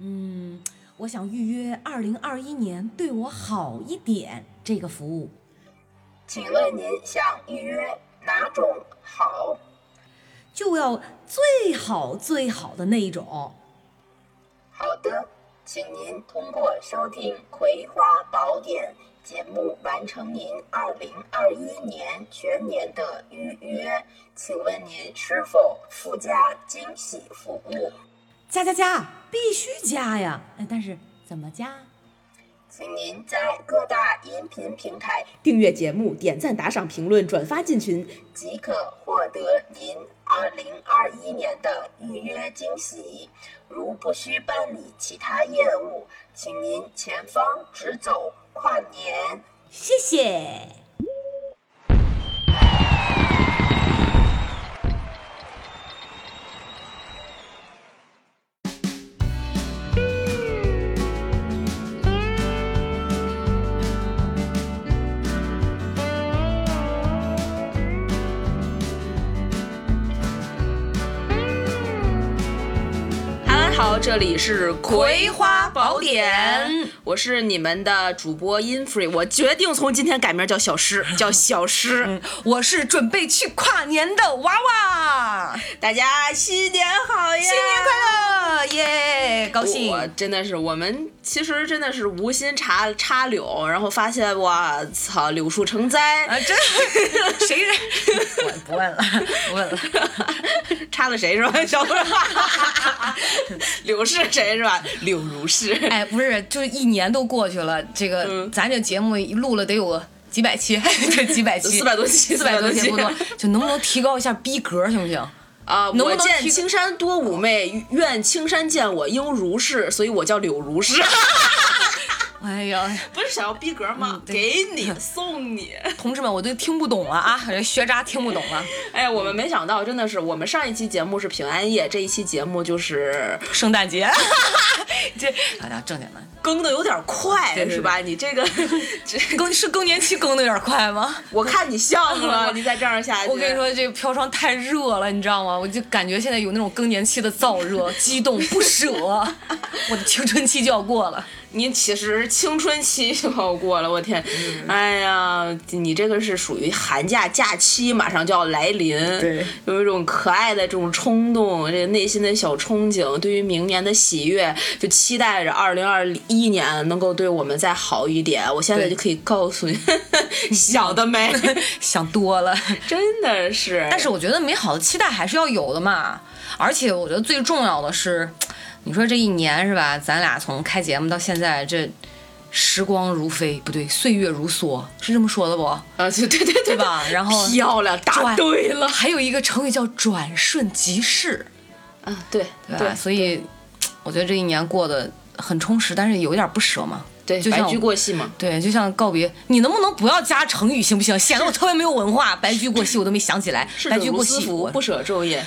嗯，我想预约二零二一年对我好一点这个服务。请问您想预约哪种好？就要最好最好的那一种。好的，请您通过收听《葵花宝典》节目完成您二零二一年全年的预约。请问您是否附加惊喜服务？加加加，必须加呀！哎，但是怎么加？请您在各大音频平台订阅节目、点赞、打赏、评论、转发进群。即可获得您二零二一年的预约惊喜。如不需办理其他业务，请您前方直走跨年。谢谢。哈喽，好，这里是《葵花宝葵典》花宝典，我是你们的主播 Infree，我决定从今天改名叫 小诗，叫小诗。我是准备去跨年的娃娃，大家新年好呀！新年快乐，耶！高兴。啊我真的是，我们其实真的是无心插插柳，然后发现我操，柳树成灾，啊，真谁人？我不问了，不问了。 插了谁是 吧？小哈哈，柳是谁是吧？柳如是。 哎，不是，就是一年都过去了，这个、咱这节目录了得有个几百期， 这几百期， 400多期四百多期400不多多期，就能不能提高一下逼格，行不行？啊、能不我能见提青山多妩媚，愿青山见我应如是，所以我叫柳 如是。哎呀，不是想要逼格嗯吗？给你，送你。同志们，我都听不懂了啊，学渣听不懂了，哎呀，我们没想到，真的是我们上一期节目是平安夜，这一期节目就是圣诞节， 这大家正经的，更的有点快，对对是吧？你这个，这更是更年期更的有点快吗？我看你像 了，你再这样下去，我跟你，说，这个飘窗太热了，你知道吗？我就感觉现在有那种更年期的燥热、激动、不舍， 我的青春期就要过了。你其实青春期就要过了，我天，嗯哎呀，你这个是属于寒假假期马上就要来临，对，有一种可爱的这种冲动，这个内心的小憧憬，对于明年的喜悦，就期待着二零二一年能够对我们再好一点。我现在对就可以告诉你， 想 得美，想多了，真的是，但是我觉得美好的期待还是要有的嘛。而且我觉得最重要的是，你说这一年是吧？咱俩从开节目到现在，这时光如飞，不对，岁月如梭，是这么说的不？啊，对对对对吧然后漂亮，答转对了，还有一个成语叫转瞬即逝，啊，对嗯对吧？所以我觉得这一年过得很充实，但是有一点不舍嘛。对，就白像驹我过隙嘛。对，就像告别，你能不能不要加成语行不行？显得我特别没有文化，白驹过隙我都没想起来，是白者驹如过斯隙，夫我 不舍昼夜。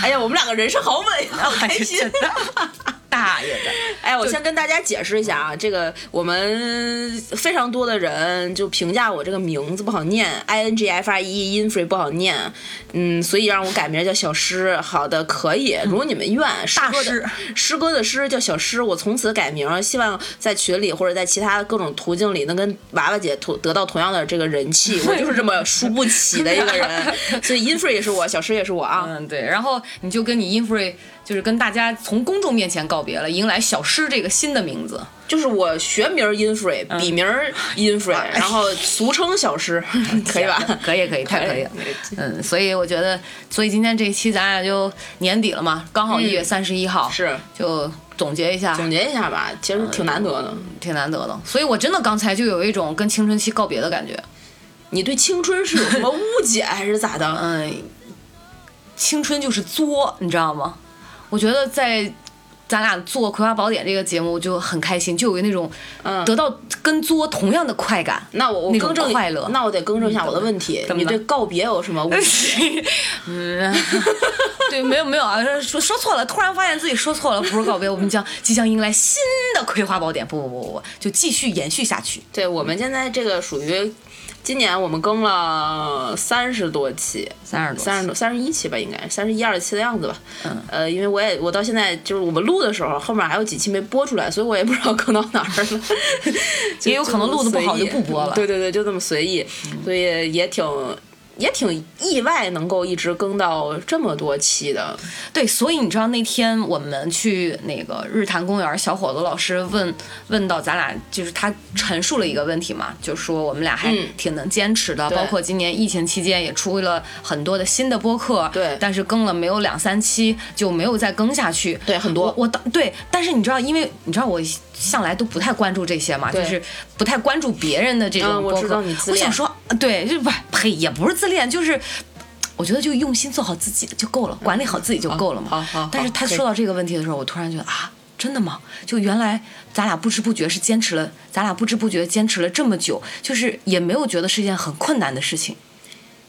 哎呀，我们两个人生好美啊，好开心！哎真的大爷的， 哎，我先跟大家解释一下啊，这个我们非常多的人就评价我这个名字不好念，i n g f r e infree 不好念，嗯，所以让我改名叫小诗。好的，可以， 如果你们愿。诗大歌的师诗歌的诗叫小诗，我从此改名，希望在群里或者在其他各种途径里能跟娃娃姐同得到同样的这个人气。我就是这么输不起的一个人， 所以 infree 也是我，小诗也是我啊。嗯，对，然后你就跟你 Infree 就是跟大家从公众面前告别了，迎来小诗这个新的名字。就是我学名 Infree，笔嗯名 Infree，、然哎后俗称小 诗，可以吧？哎可以，可以，太可以了。嗯，所以我觉得，所以今天这一期咱俩就年底了嘛，刚好一月三十一号，嗯是就总结一下，总结一下吧，其实挺难得的。挺难得的。所以我真的刚才就有一种跟青春期告别的感觉。你对青春是有什么误解还是咋的？嗯，青春就是作，你知道吗？我觉得在咱俩做《葵花宝典》这个节目我就很开心，就有那种嗯得到跟作同样的快感。那我我那种更正一快乐嗯那我得更正一下我的问题，怎么 你了对告别有什么误解？嗯， 对，没有没有啊，说说错了，突然发现自己说错了，不是告别，我们将即将迎来新的《葵花宝典》，不不不不不，就继续延续下去。对我们现在这个属于今年我们更了三十多期，三十多，三十多三十一期吧，应该三十一二期的样子吧。嗯，呃，因为我也我到现在就是我们录的时候，后面还有几期没播出来，所以我也不知道更到哪儿了。 也有可能录得不好随意就不播了嗯对对对，就这么随意，所以也挺也挺意外能够一直更到这么多期的。对，所以你知道那天我们去那个日坛公园，小伙子老师问问到咱俩，就是他陈述了一个问题嘛，就说我们俩还嗯挺能坚持的，对包括今年疫情期间也出了很多的新的播客，对但是更了没有两三期就没有再更下去，对很多我我当对，但是你知道，因为你知道我向来都不太关注这些嘛，对就是不太关注别人的这种嗯我播客，知道你自我恋想说，呃对，就不呸，也不是自恋，就是。我觉得就用心做好自己就够了，管理嗯好自己就够了嘛。好好好但是他可以说到这个问题的时候，我突然觉得啊，真的吗？就原来咱俩不知不觉是坚持了，咱俩不知不觉坚持了这么久，就是也没有觉得是一件很困难的事情。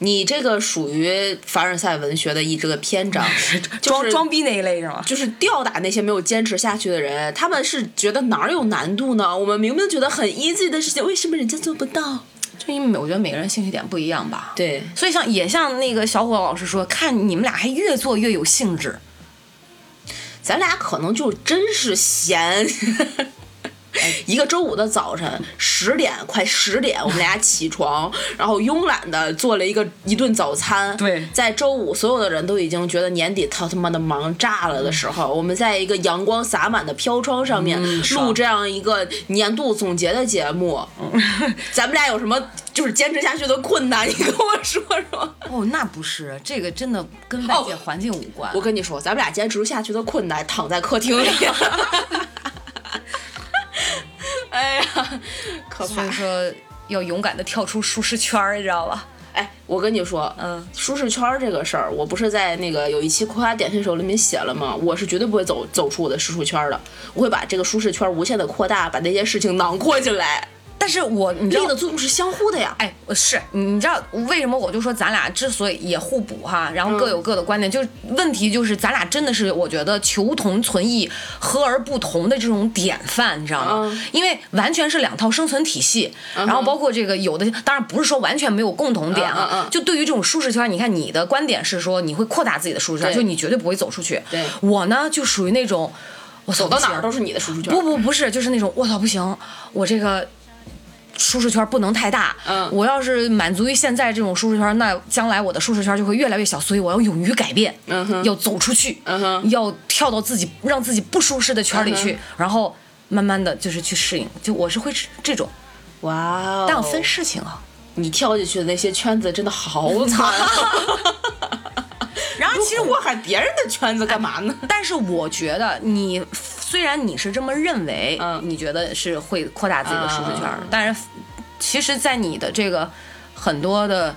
你这个属于凡尔赛文学的一这个 篇章，就装是装逼那一类是吗？就是吊打那些没有坚持下去的人，他们是觉得哪儿有难度呢？我们明明觉得很 easy 的事情，为什么人家做不到？就因为我觉得每个人兴趣点不一样吧。对，所以像也像那个小伙老师说，看你们俩还越做越有兴致。咱俩可能就真 是闲。一个周五的早晨，十点快十点，我们俩起床，然后慵懒的做了一个一顿早餐。对在周五所有的人都已经觉得年底他他妈的忙炸了的时候，我们在一个阳光洒满的飘窗上面、录嗯爽这样一个年度总结的节目，嗯 咱们俩有什么就是坚持下去的困难？你跟我说说。哦，那不是，这个真的跟外界环境无关。我跟你说，咱们俩坚持下去的困难，躺在客厅里。 哎呀，可所怕以！说要勇敢的跳出舒适圈儿，你知道吧？哎，我跟你说，嗯，舒适圈儿这个事儿，我不是在那个有一期《葵花点心手》里面写了吗？我是绝对不会走走出我的舒适圈儿的，我会把这个舒适圈儿无限的扩大，把那些事情囊括进来。但是我你知道力的作用是相互的呀。哎，我是你你知道为什么我就说咱俩之所以也互补哈，然后嗯各有各的观点，就是问题就是咱俩真的是我觉得求同存异、和而不同的这种典范，你知道吗？嗯因为完全是两套生存体系，然后包括这个有的当然不是说完全没有共同点啊，嗯嗯嗯就对于这种舒适圈，你看你的观点是说你会扩大自己的舒适圈，对就你绝对不会走出去。对我呢就属于那种我走走到哪儿都是你的舒适圈儿。不不不是，就是那种我操不行，我这个舒适圈不能太大。嗯我要是满足于现在这种舒适圈，那将来我的舒适圈就会越来越小，所以我要勇于改变，嗯哼要走出去，嗯哼嗯要跳到自己让自己不舒适的圈里去，然后慢慢的就是去适应。就我是会是这种，哇哦！但我分事情啊。你跳进去的那些圈子真的好惨 啊。然后其实我我喊别人的圈子干嘛呢？但是我觉得你虽然你是这么认为，嗯你觉得是会扩大自己的舒适圈儿，嗯但是其实，在你的这个很多的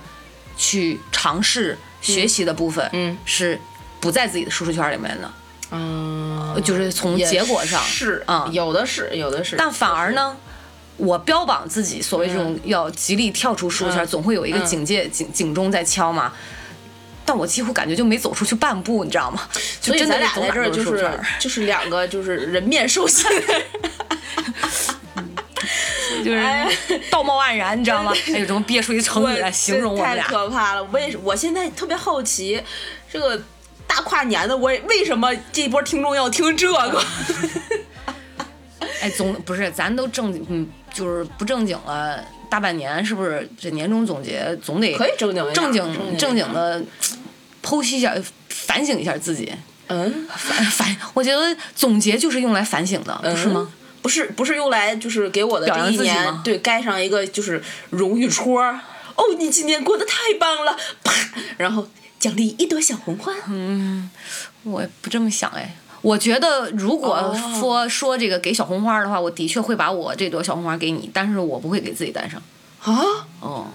去尝试学习的部分，嗯是不在自己的舒适圈里面的，嗯，就是从也结果上是啊、嗯有的是，有的是。但反而呢。我标榜自己所谓这种要极力跳出舒适圈儿，嗯总会有一个嗯警戒、警警钟在敲嘛。但我几乎感觉就没走出去半步，你知道吗？就所以真的咱俩走在哪这儿都就舒适圈是儿就是两个就是人面 兽心，就是哎道貌岸然，你知道吗？还有什么憋出一成语来形容我们太俩？可怕了。为什我现在特别好奇，这个大跨年的我也为什么这波听众要听这个？ 哎，总不是，咱都正经，嗯，就是不正经了大半年，是不是？这年终总结总得可以正经一点正正经一经点正经的剖析一下，反省一下自己。嗯，反反，我觉得总结就是用来反省的，嗯不是吗？？不是，不是用来就是给我的表扬这一自己年吗对盖上一个就是荣誉戳儿。哦，你今年过得太棒了，啪，然后奖励一朵小红花。嗯我也不这么想哎。我觉得，如果哦说、说这个给小红花的话，我的确会把我这朵小红花给你，但是我不会给自己戴上。啊，哦，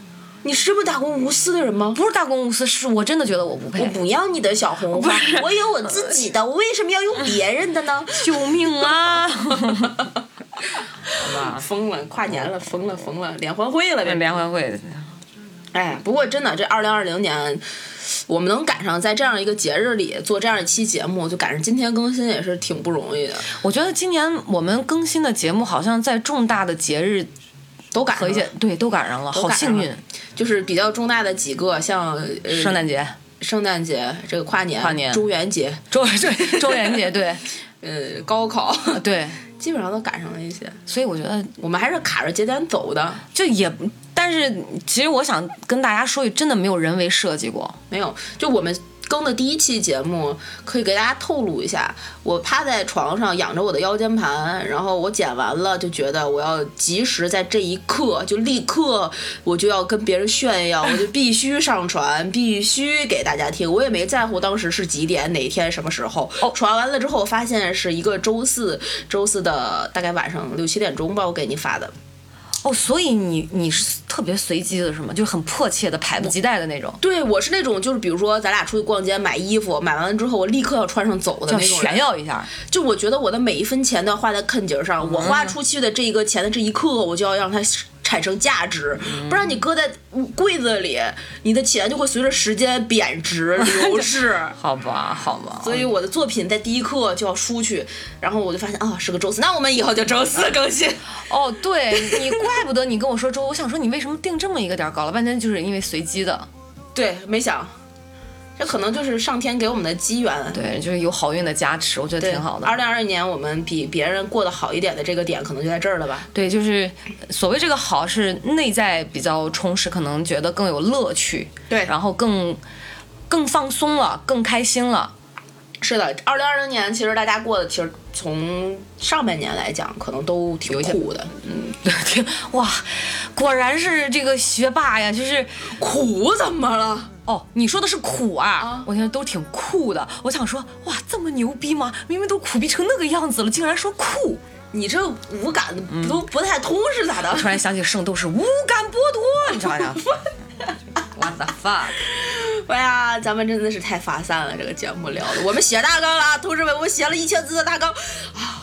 你是这么大公无私的人吗？不是大公无私，是我真的觉得我不配。我不要你的小红花不是，我有我自己的，我为什么要用别人的 呢？救命啊！疯了，跨年了，疯了， 疯了，联欢会了呗。联欢会，哎，不过真的，这二零二零年，我们能赶上在这样一个节日里做这样一期节目，就赶上今天更新也是挺不容易的。我觉得今年我们更新的节目好像在重大的节日都赶和上一了些对都赶上了，嗯都好赶上幸运了。就是比较重大的几个，像、呃、圣诞节、圣诞节、这个跨年、跨年中元节、 周周周元节，对呃高考， 对， 基本上都赶上了一些。所以我觉得我们还是卡着节点走的，就也，但是其实我想跟大家说一句，真的没有人为设计过，没有，就我们。更的第一期节目可以给大家透露一下，我趴在床上仰着我的腰间盘，然后我剪完了就觉得我要及时在这一刻就立刻我就要跟别人炫耀，我就必须上传，必须给大家听。我也没在乎当时是几点、哪天、什么时候。哦传完了之后，发现是一个周四，周四的大概晚上六七点钟吧，我给你发的。哦，所以你你是特别随机的是吗？就很迫切的，迫不及待的那种，对我是那种就是比如说咱俩出去逛街买衣服，买完了之后我立刻要穿上走的要那种人炫。耀一下。就我觉得我的每一分钱都要花在看景上，我花出去的这一个钱的这一刻，我就要让它产生价值，不然你搁在柜子里，你的钱就会随着时间贬值 流逝。好吧，好吧，所以我的作品在第一刻就要出去，然后我就发现啊、是个周四，那我们以后就周四更新。哦，对你，怪不得你跟我说周， 我想说你为什么定这么一个点儿，搞了半天就是因为随机的， 对，没想，这可能就是上天给我们的机缘。对，就是有好运的加持，我觉得挺好的。二零二一年我们比别人过得好一点的这个点，可能就在这儿了吧。对，就是所谓这个好是内在比较充实，可能觉得更有乐趣，对然后更更放松了，更开心了。 是的，二零二零年其实大家过得其实从上半年来讲，可能都挺苦的，挺哇，果然是这个学霸呀，就是苦怎么了？哦，你说的是苦啊，啊我现在都挺酷的。我想说，哇，这么牛逼吗？明明都苦逼成那个样子了，竟然说酷。你这五感嗯都不太通是咋的？ 突然想起圣斗士无感剥夺，你知道吗？What the fuck？哎呀，咱们真的是太发散了，这个节目聊的，我们写大纲了啊，同志们，我们写了一千字的大纲，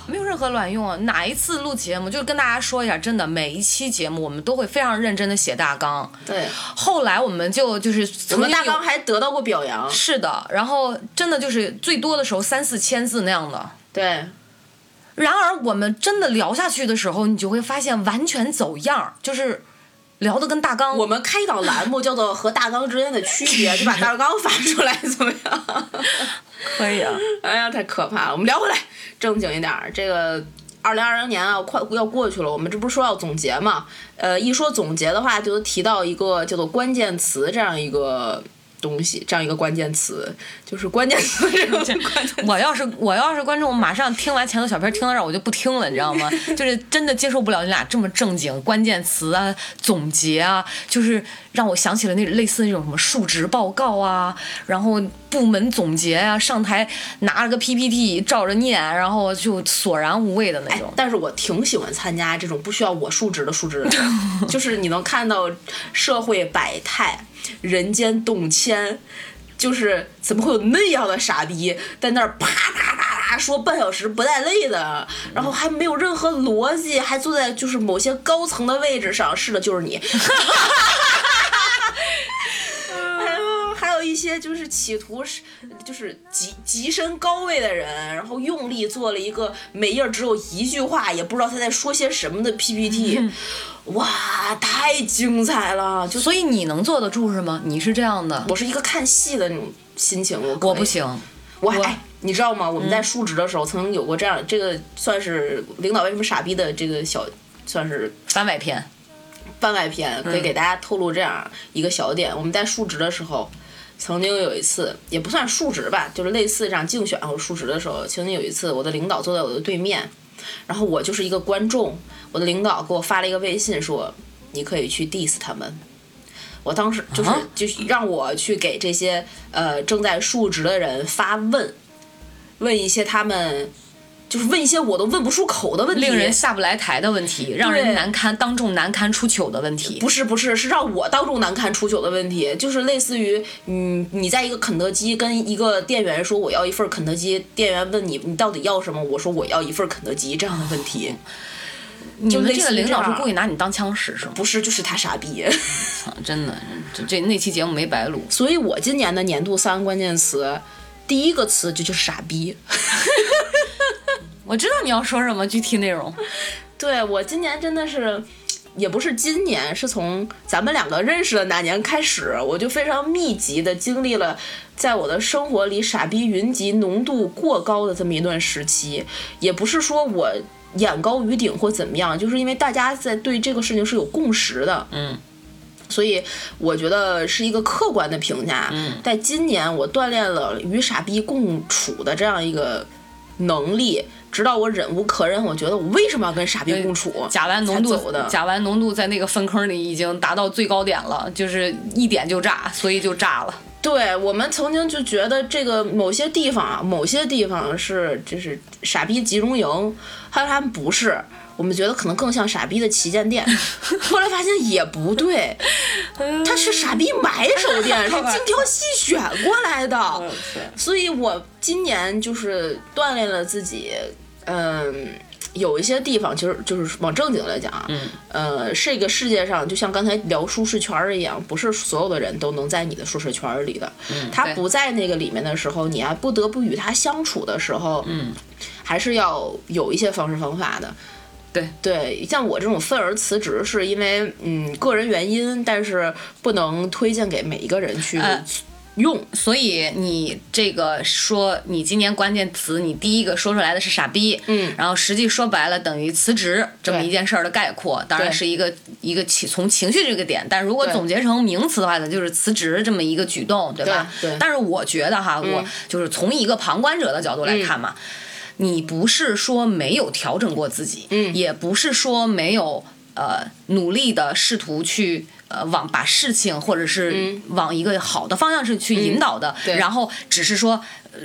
没有任何卵用啊！哪一次录节目，就是跟大家说一下，真的，每一期节目我们都会非常认真的写大纲。对，后来我们就就是我曾们经大有纲还得到过表扬，是的，然后真的就是最多的时候三四千字那样的。对，然而我们真的聊下去的时候，你就会发现完全走样儿，就是聊的跟大纲我们开一档栏目叫做《和大纲之间的区别》，就把大纲发出来怎么样？可以啊。 哎呀，太可怕了！我们聊回来，正经一点儿。这个二零二零年啊，快要过去了，我们这不是说要总结嘛？呃，一说总结的话，就提到一个叫做关键词这样一个东西，这样一个关键词，就是关键词这个关键。我要是我要是观众，马上听完前头小片儿听到这儿，我就不听了，你知道 吗？就是真的接受不了你俩这么正经，关键词啊、总结啊，就是让我想起了那类似那种什么述职报告啊，然后部门总结啊，上台拿了个 PPT 照着念，啊然后就索然无味的那哎种，。但是我挺喜欢参加这种不需要我述职的述职的， 就是你能看到社会百态、人间动迁，就是怎么会有那样的傻逼在那儿啪啪啪啪说半小时不带累的，然后还没有任何逻辑，还坐在就是某些高层的位置上，是的，就是你。还有还有一些就是企图是就是极极身高位的人，然后用力做了一个每页只有一句话，也不知道他在说些什么的 PPT，哇， 太精彩了！就所以你能坐得住是吗？你是这样的，我是一个看戏的那种心情，我可以我不，行。我我嗯哎，你知道吗？我们在述职的时候曾经有过这样，这个算是领导为什么傻逼的这个小，算是番外篇，番外篇，嗯可以给大家透露这样一个小点：我们在述职的时候，曾经有一次，也不算述职吧，就是类似这样竞选或者述职的时候，曾经有一次，我的领导坐在我的对面，然后我就是一个观众，我的领导给我发了一个微信说：“你可以去 diss 他们。”我当时就是、啊就是让我去给这些呃正在述职的人发问，问一些他们就是问一些我都问不出口的问题，令人下不来台的问题，让人对难堪，当众难堪出糗的问题。不是不是，是让我当众难堪出糗的问题，就是类似于，嗯，你在一个肯德基跟一个店员说我要一份肯德基，店员问你你到底要什么，我说我要一份肯德基这样的问题。你就们类这个似于领导这是样故意拿你当枪使是吗？不是就是他傻逼。 操真的，这这那期节目没白录。所以我今年的年度三个关键词，第一个词就就是傻逼。 我知道你要说什么具体内容，对我今年真的是，也不是今年，是从咱们两个认识的那年开始，我就非常密集的经历了，在我的生活里傻逼云集浓度过高的这么一段时期。也不是说我眼高于顶或怎么样，就是因为大家在对这个事情是有共识的，嗯。所以我觉得是一个客观的评价。嗯，在今年我锻炼了与傻逼共处的这样一个能力，直到我忍无可忍，我觉得我为什么要跟傻 逼共处？甲烷浓才走度的甲烷浓度在那个粪坑里已经达到最高点了，就是一点就炸，所以就炸了。对我们曾经就觉得这个某些地方啊，某些地方是就是傻逼集中营，还有他们不是。我们觉得可能更像傻逼的旗舰店，后来发现也不对，它是傻逼买手店，是精挑细选过来的。所以我今年就是锻炼了自己，嗯，有一些地方其实就是往正经来讲，嗯，呃，这个世界上就像刚才聊舒适圈儿一样，不是所有的人都能在你的舒适圈儿里的。他对不在那个里面的时候，你还不得不与他相处的时候，嗯，还是要有一些方式方法的。对对，像我这种愤而辞职，是因为嗯个人原因，但是不能推荐给每一个人去哎用。所以你这个说你今年关键词，你第一个说出来的是傻逼，嗯然后实际说白了等于辞职这么对一件事儿的概括，当然对是一个一个起从情绪这个点，但如果对总结成名词的话，那就是辞职这么一个举动，对吧？对嗯对但是我觉得哈，我就是从一个旁观者的角度嗯来看嘛。你不是说没有调整过自己，嗯，也不是说没有呃努力的试图去呃往把事情或者是往一个好的方向是去引导的，嗯对然后只是说。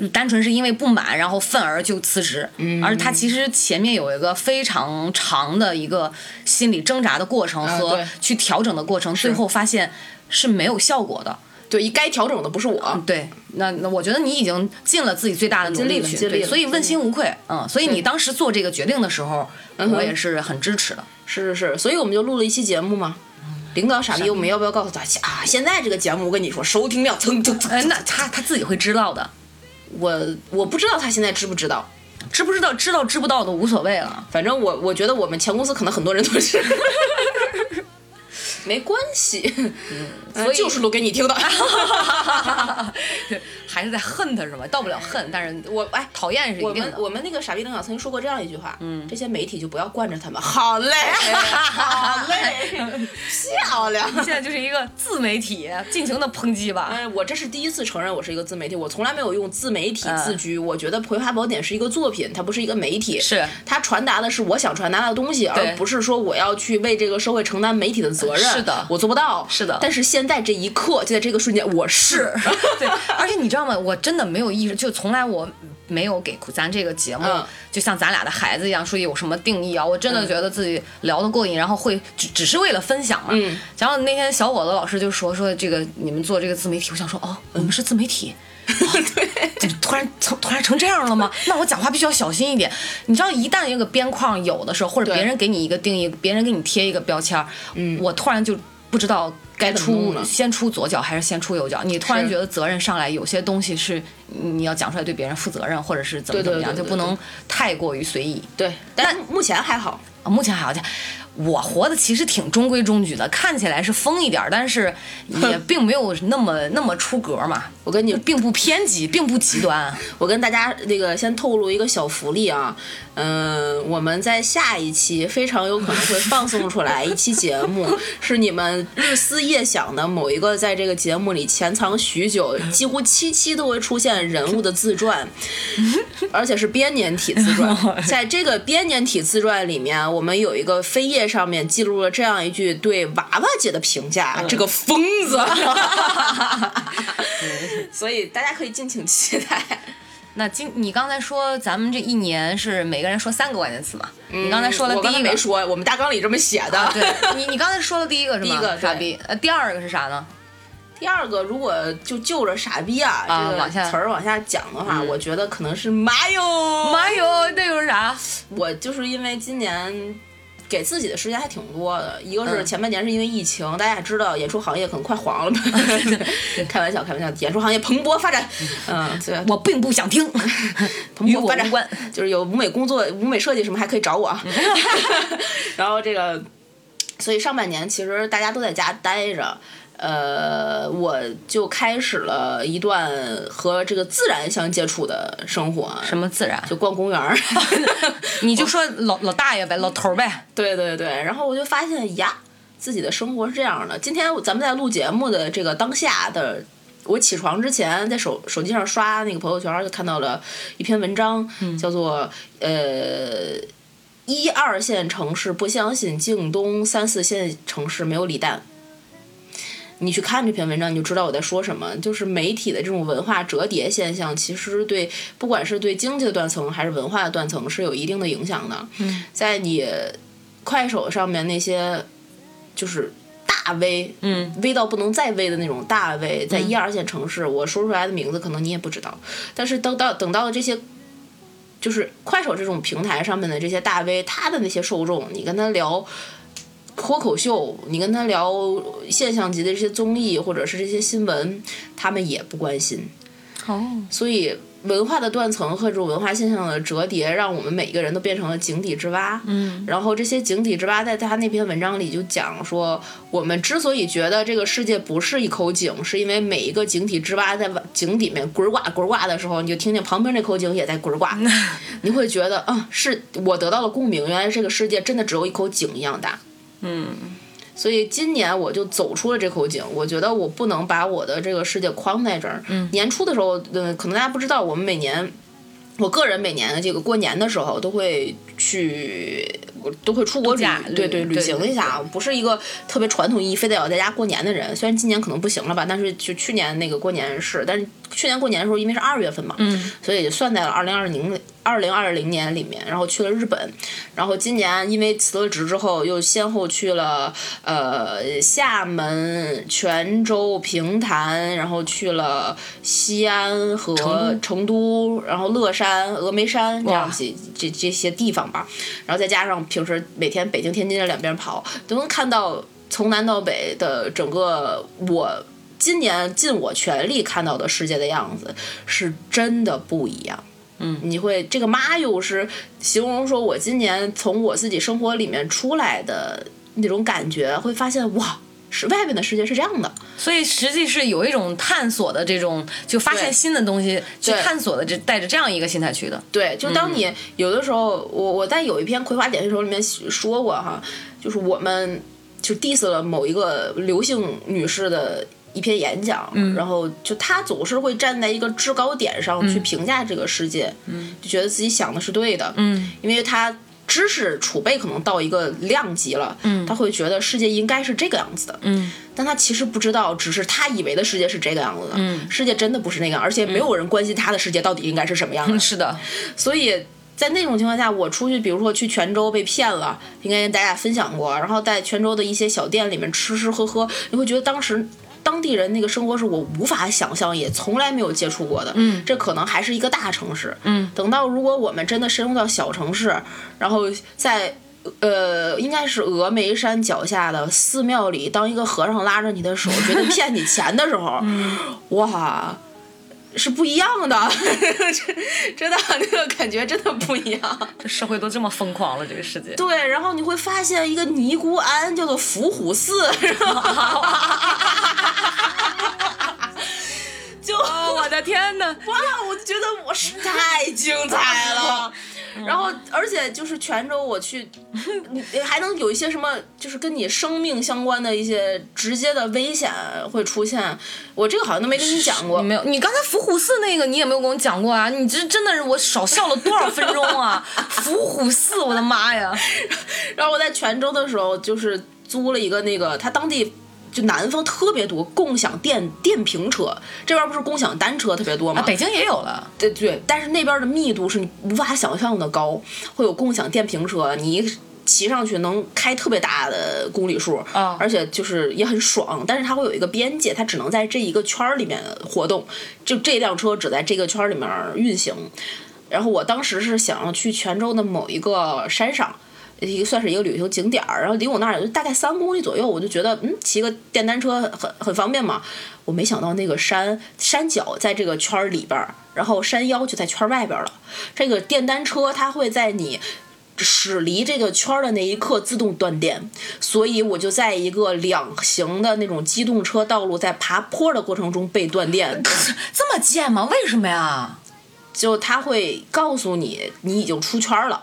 呃单纯是因为不满，然后愤而就辞职，嗯、而他其实前面有一个非常长的一个心理挣扎的过程啊和对去调整的过程，最后发现是没有效果的。对，该调整的不是我。对，那那我觉得你已经尽了自己最大的努尽力力了去，尽力对，了所以问心无愧，嗯，所以你当时做这个决定的时候，哼我也是很支持的。是是是，所以我们就录了一期节目嘛。领导傻逼，我们要不要告诉他啊？现在这个节目，我跟你说，收听量蹭蹭蹭。哎，那他他自己会知道的，我我不知道他现在知不知道，知不知道知道知不到的无所谓了。反正我我觉得我们前公司可能很多人都 是，没关系，呃所以就是录给你听 的。 还是在恨他是吗？到不了恨，但是我我哎，讨厌是我一定们的。我们那个傻逼领导曾经说过这样一句话，嗯，这些媒体就不要惯着他们。好嘞， 好嘞，漂亮。现在就是一个自媒体尽情的抨击吧。哎，我这是第一次承认我是一个自媒体，我从来没有用自媒体嗯自居。我觉得《葵花宝典》是一个作品，它不是一个媒体，是它传达的是我想传达的东西，而不是说我要去为这个社会承担媒体的责任。是的我做不到。是的但是现在这一刻，就在这个瞬间，我是。 对，而且你知道吗？我真的没有意识，就从来我没有给咱这个节目，嗯就像咱俩的孩子一样，说有什么定义啊。我真的觉得自己聊得过瘾，然后会只只是为了分享嘛。嗯然后那天小伙子老师就说说这个你们做这个自媒体，我想说哦，我们是自媒 体。对，怎么突然从突然成这样了吗？那我讲话必须要小心一点。你知道，一旦这个边框有的时候，或者对嗯别人给你一个定义，别人给你贴一个标签儿，我突然就不知道该怎么出弄了先出左脚还是先出右脚。你突然是觉得责任上来，有些东西是你要讲出来对别人负责任，或者是怎么对怎对么样，对就对不能太过于随意。对，但目前还好。啊目前还好，我活的其实挺中规中矩的，看起来是疯一点儿，但是也并没有那么 那么出格嘛，我跟你并不偏激，并不极 端。我跟大家那个先透露一个小福利啊，嗯、我们在下一期非常有可能会放送出来一期节目， 是你们日思夜想的某一个在这个节目里潜藏许久，几乎七期都会出现人物的自传，而且是编年体自传。在这个编年体自传里面，我们有一个扉页上面记录了这样一句对娃娃姐的评价：这个疯子。所以大家可以敬请期待。那今你刚才说咱们这一年是每个人说三个关键词嘛？你刚才说了嗯我第刚才一没个，啊说，我们大纲里这么写的。对你你刚才说了第一个是吗？ 第一个对傻逼，呃，第二个是啥呢？ 第二个，如果就就着傻逼啊啊这个往下嗯词儿往下讲的话，我觉得可能是麻友。妈哟，那又是啥？我就是因为今年给自己的时间还挺多的。一个是嗯前半年是因为疫情，大家也知道演出行业可能快黄了吧？ 开玩笑，开玩笑，演出行业蓬勃发展，嗯，对，我并不想听， 蓬与勃我发展无关。 就是有舞美工作、舞美设计什么还可以找 我啊。 然后这个，所以上半年其实大家都在家待着。呃，我就开始了一段和这个自然相接触的生活，什么自然？就逛公 园儿。你就说老老大爷呗，老头儿呗，对对对，然后我就发现呀，自己的生活是这样的。今天咱们在录节目的这个当下的，我起床之前在手手机上刷那个朋友圈，就看到了一篇文章，叫做呃。一二线城市不相信京东，三四线城市没有李诞。你去看这篇文章，你就知道我在说什么。就是媒体的这种文化折叠现象，其实对不管是对经济的断层还是文化的断层是有一定的影响的。嗯，在你快手上面那些就是大 V，嗯， V 到不能再 V 的那种大 V，在一二线城市，我说出来的名字可能你也不知道，但是等到等到这些。就是快手这种平台上面的这些大 V，他的那些受众，你跟他聊脱口秀，你跟他聊现象级的这些综艺或者是这些新闻，他们也不关心。哦，所以文化的断层和这种文化现象的折叠，让我们每一个人都变成了井底之蛙。嗯，然后这些井底之蛙，在他那篇文章里就讲说，我们之所以觉得这个世界不是一口井，是因为每一个井底之蛙在往井底面滚儿挂滚儿挂的时候，你就听见旁边那口井也在滚儿挂，你会觉得啊、是我得到了共鸣，原来这个世界真的只有一口井一样大。嗯所以今年我就走出了这口井，我觉得我不能把我的这个世界框在这儿。年初的时候，嗯，可能大家不知道，我们每年，我个人每年这个过年的时候都会去，我都会出国度旅假，对旅对对，旅行对一下。啊我不是一个特别传统意义，非得要在家过年的人。虽然今年可能不行了吧，但是就去年那个过年是，但是去年过年的时候，因为是二月份嘛，嗯，所以算在了二零二零二零二零年里面，然后去了日本，然后今年因为辞了职之后，又先后去了呃厦门、泉州、平潭，然后去了西安和成都，然后乐山、峨眉山这样哇几这这些地方吧。然后再加上平时每天北京、天津这两边跑，都能看到从南到北的整个我。今年尽我全力看到的世界的样子，是真的不一样。你会这个妈又是形容说，我今年从我自己生活里面出来的那种感觉，会发现哇，是外面的世界是这样的。所以实际是有一种探索的这种，就发对现新的东西，去对探索的这带着这样一个心态去的。对，就当嗯你有的时候，我我在有一篇《葵花点穴手》里面说过哈，就是我们就 diss 了某一个刘姓女士的。一篇演讲，嗯然后就她总是会站在一个制高点上去评价这个世界，就觉得自己想的是对的，嗯因为他知识储备可能到一个量级了，嗯他会觉得世界应该是这个样子的，嗯，但他其实不知道，只是他以为的世界是这个样子的，嗯世界真的不是那个样，而且没有人关心他的世界到底应该是什么样的，嗯是的，所以。在那种情况下，我出去，比如说去泉州被骗了，应该跟大家分享过。然后在泉州的一些小店里面吃吃喝喝，你会觉得当时当地人那个生活是我无法想象，也从来没有接触过的。嗯，这可能还是一个大城市。嗯，等到如果我们真的深入到小城市，然后在呃，应该是峨眉山脚下的寺庙里，当一个和尚拉着你的手，觉得骗你钱的时候，哇，是不一样的， 真真的那个感觉真的不一样。这社会都这么疯狂了，这个 世界。 对，然后你会发现一个尼姑庵叫做伏虎寺，是吧就哦，我的天哪！哇，我就觉得我是太精彩了。然后，而且就是泉州，我去，你还能有一些什么，就是跟你生命相关的一些直接的危险会出现。我这个好像都没跟你讲过你，没有，你刚才伏虎寺那个你也没有跟我讲过啊！你这真的是我少笑了多少分钟 啊！伏虎寺，我的妈呀！然后我在泉州的时候，就是租了一个那个，他当地就南方特别多共享电电瓶车，这边不是共享单车特别多吗？啊，北京也有了，对对，但是那边的密度是你无法想象的高，会有共享电瓶车，你一骑上去能开特别大的公里数，啊而且就是也很爽，但是它会有一个边界，它只能在这一个圈儿里面活动，就这辆车只在这个圈儿里面运行。然后我当时是想要去泉州的某一个山上。一个算是一个旅游景点儿，然后离我那儿有大概三公里左右，我就觉得嗯，骑个电单车很很方便嘛。我没想到那个山山脚在这个圈儿里边儿，然后山腰就在圈儿外边儿了。这个电单车它会在你驶离这个圈儿的那一刻自动断电，所以我就在一个两行的那种机动车道路在爬坡的过程中被断电。 这么贱吗？为什么呀？就他会告诉你你已经出圈了。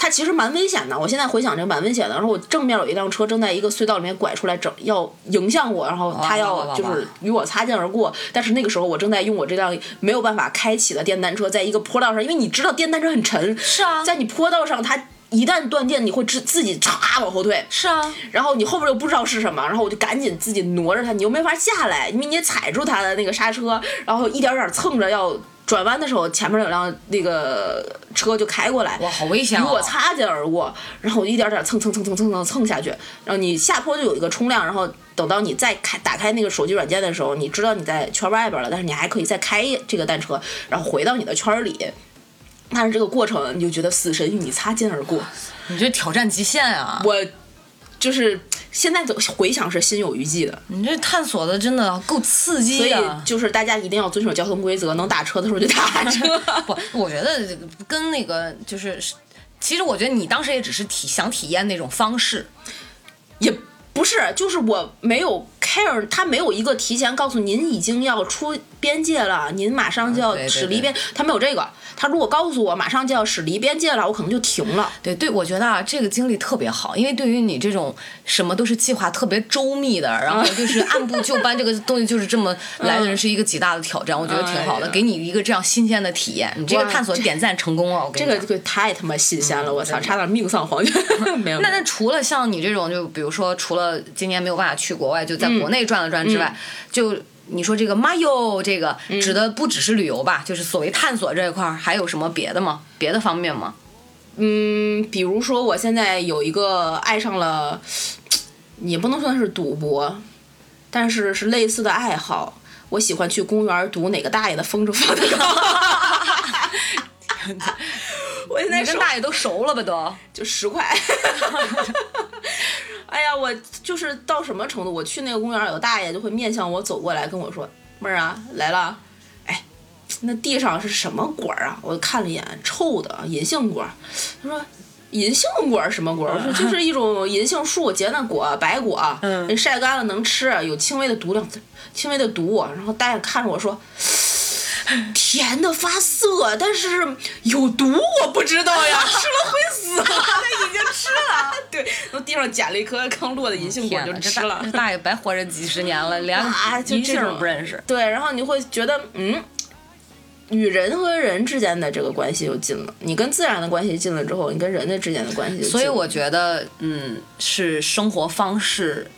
它其实蛮危险的，我现在回想这个蛮危险的。然后我正面有一辆车正在一个隧道里面拐出来整，要迎向我，然后它哇哇要哇就是与我擦肩而过。但是那个时候我正在用我这辆没有办法开启的电单车，在一个坡道上，因为你知道电单车很沉，是啊在你坡道上它一旦断电，你会自自己歘往后退，是啊，然后你后边又不知道是什么，然后我就赶紧自己挪着它，你又没法下来，因为你也踩住它的那个刹车，然后一点点蹭着要转弯的时候，前面有辆那个车就开过来，哇，好危险与哦！我擦肩而过，然后我就一点点蹭蹭蹭蹭蹭蹭蹭下去，然后你下坡就有一个冲量，然后等到你再开打开那个手机软件的时候，你知道你在圈外边了，但是你还可以再开这个单车，然后回到你的圈里。但是这个过程，你就觉得死神与你擦肩而过。你这挑战极限啊！我就是现在走回想是心有余悸的，你这探索的真的够刺所激以的、 就是大家一定要遵守交通规则，能打车的时候就打 车。不，我觉得跟那个就是，其实我觉得你当时也只是体想体验那种方式，也不是，就是我没有 care，他没有一个提前告诉您已经要出边界了，您马上嗯就对要对驶离边，他没有这个。他如果告诉我马上就要驶离边界了，我可能就停了。对对，我觉得啊，这个经历特别好，因为对于你这种什么都是计划特别周密的，然后 就是按部就班，这个东西就是这么来的人，是一个极大的挑战。我觉得挺好的，嗯哎呀给你一个这样新鲜的体验。你这个哇探索点赞成功了，我跟这你个讲。这个太他妈新鲜嗯了，我操，差点命丧黄 泉。没有，那那除了像你这种，就比如说除了今年没有办法去国外，就在国内转了转之外，就你说这个妈哟，这个指的不只是旅游吧？就是所谓探索这一块儿，还有什么别的吗？别的方面吗？嗯，比如说我现在有一个爱上了，也不能算是赌博，但是是类似的爱好。我喜欢去公园赌哪个大爷的风筝放得高。 我现在你跟手大爷都熟了吧都？就十块。 哎呀，我就是到什么程度，我去那个公园，有大爷就会面向我走过来跟我说：“妹儿啊，来了。”哎，那地上是什么果儿啊？我看了一眼，臭的啊银杏果儿。他说。银杏果儿是什么果儿？我说就是一种银杏树结那果，白果，嗯晒干了能吃，有轻微的毒量，轻微的毒。啊然后大爷看着我说：“甜的发涩，但是有毒，我不知道呀，吃了会 死。他已经吃了， 对，从地上捡了一颗刚落的银杏果天就哪，这吃大了这。大爷白活着几十年了，连啊，就一这姓儿种不认识。。对，然后你会觉得，嗯，与人和人之间的这个关系又近了，你跟自然的关系近了之后，你跟人的之间的关系就近了所以我觉得，嗯，是生活方式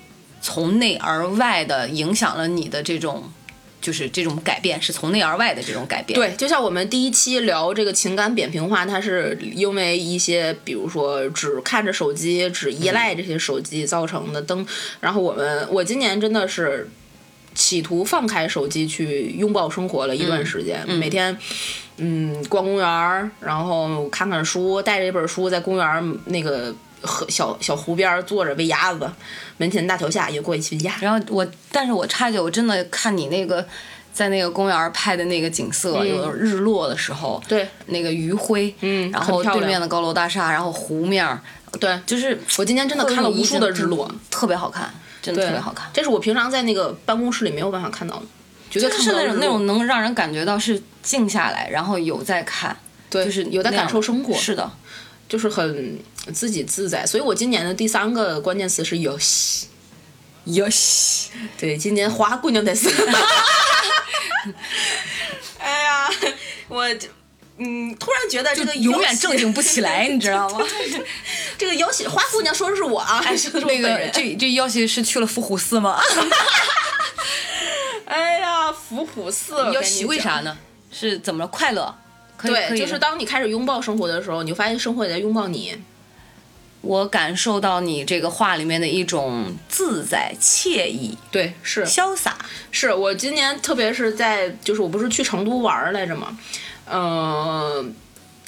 从内而外的影响了你的这种，就是这种改变，是从内而外的这种改变。对，就像我们第一期聊这个情感扁平化，它是因为一些，比如说只看着手机、只依赖这些手机造成的灯。然后我们，我今年真的是企图放开手机去拥抱生活了一段时间，每天。嗯，逛公园儿，然后看看书，带着一本书在公园儿那个河小小湖边儿坐着喂鸭子，门前大桥下也过一群鸭。然后我，但是我插一句，我真的看你那个在那个公园儿拍的那个景色，有日落的时候，嗯对那个余晖，嗯然很后漂对亮面的高楼大厦，然后湖面儿，对，就是我今天真的看了无数的日落，特别好看，真的特别好看。这是我平常在那个办公室里没有办法看到的，绝对就看是不到那种日那落种能让人感觉到是静下来，然后有在看，对，就是有在那样感受生活，是的，就是很自己自在。所以我今年的第三个关键词是游戏， 哟 西，对，今年花姑娘得死。 哎呀，我这嗯，突然觉得 这个永远游戏正经不起来，你知道吗？ 这个游戏花姑娘说的是我啊，说的是我那本个人。这这要西是去了伏虎寺吗？ 哎呀，伏虎寺，我要跟你西为讲啥呢？是怎么了？快乐？可以可对，以就是当你开始拥抱生活的时候，你就发现生活也在拥抱你。我感受到你这个话里面的一种自在、惬意、对，是潇洒。是我今年特别是在就是我不是去成都玩儿来着嘛，嗯、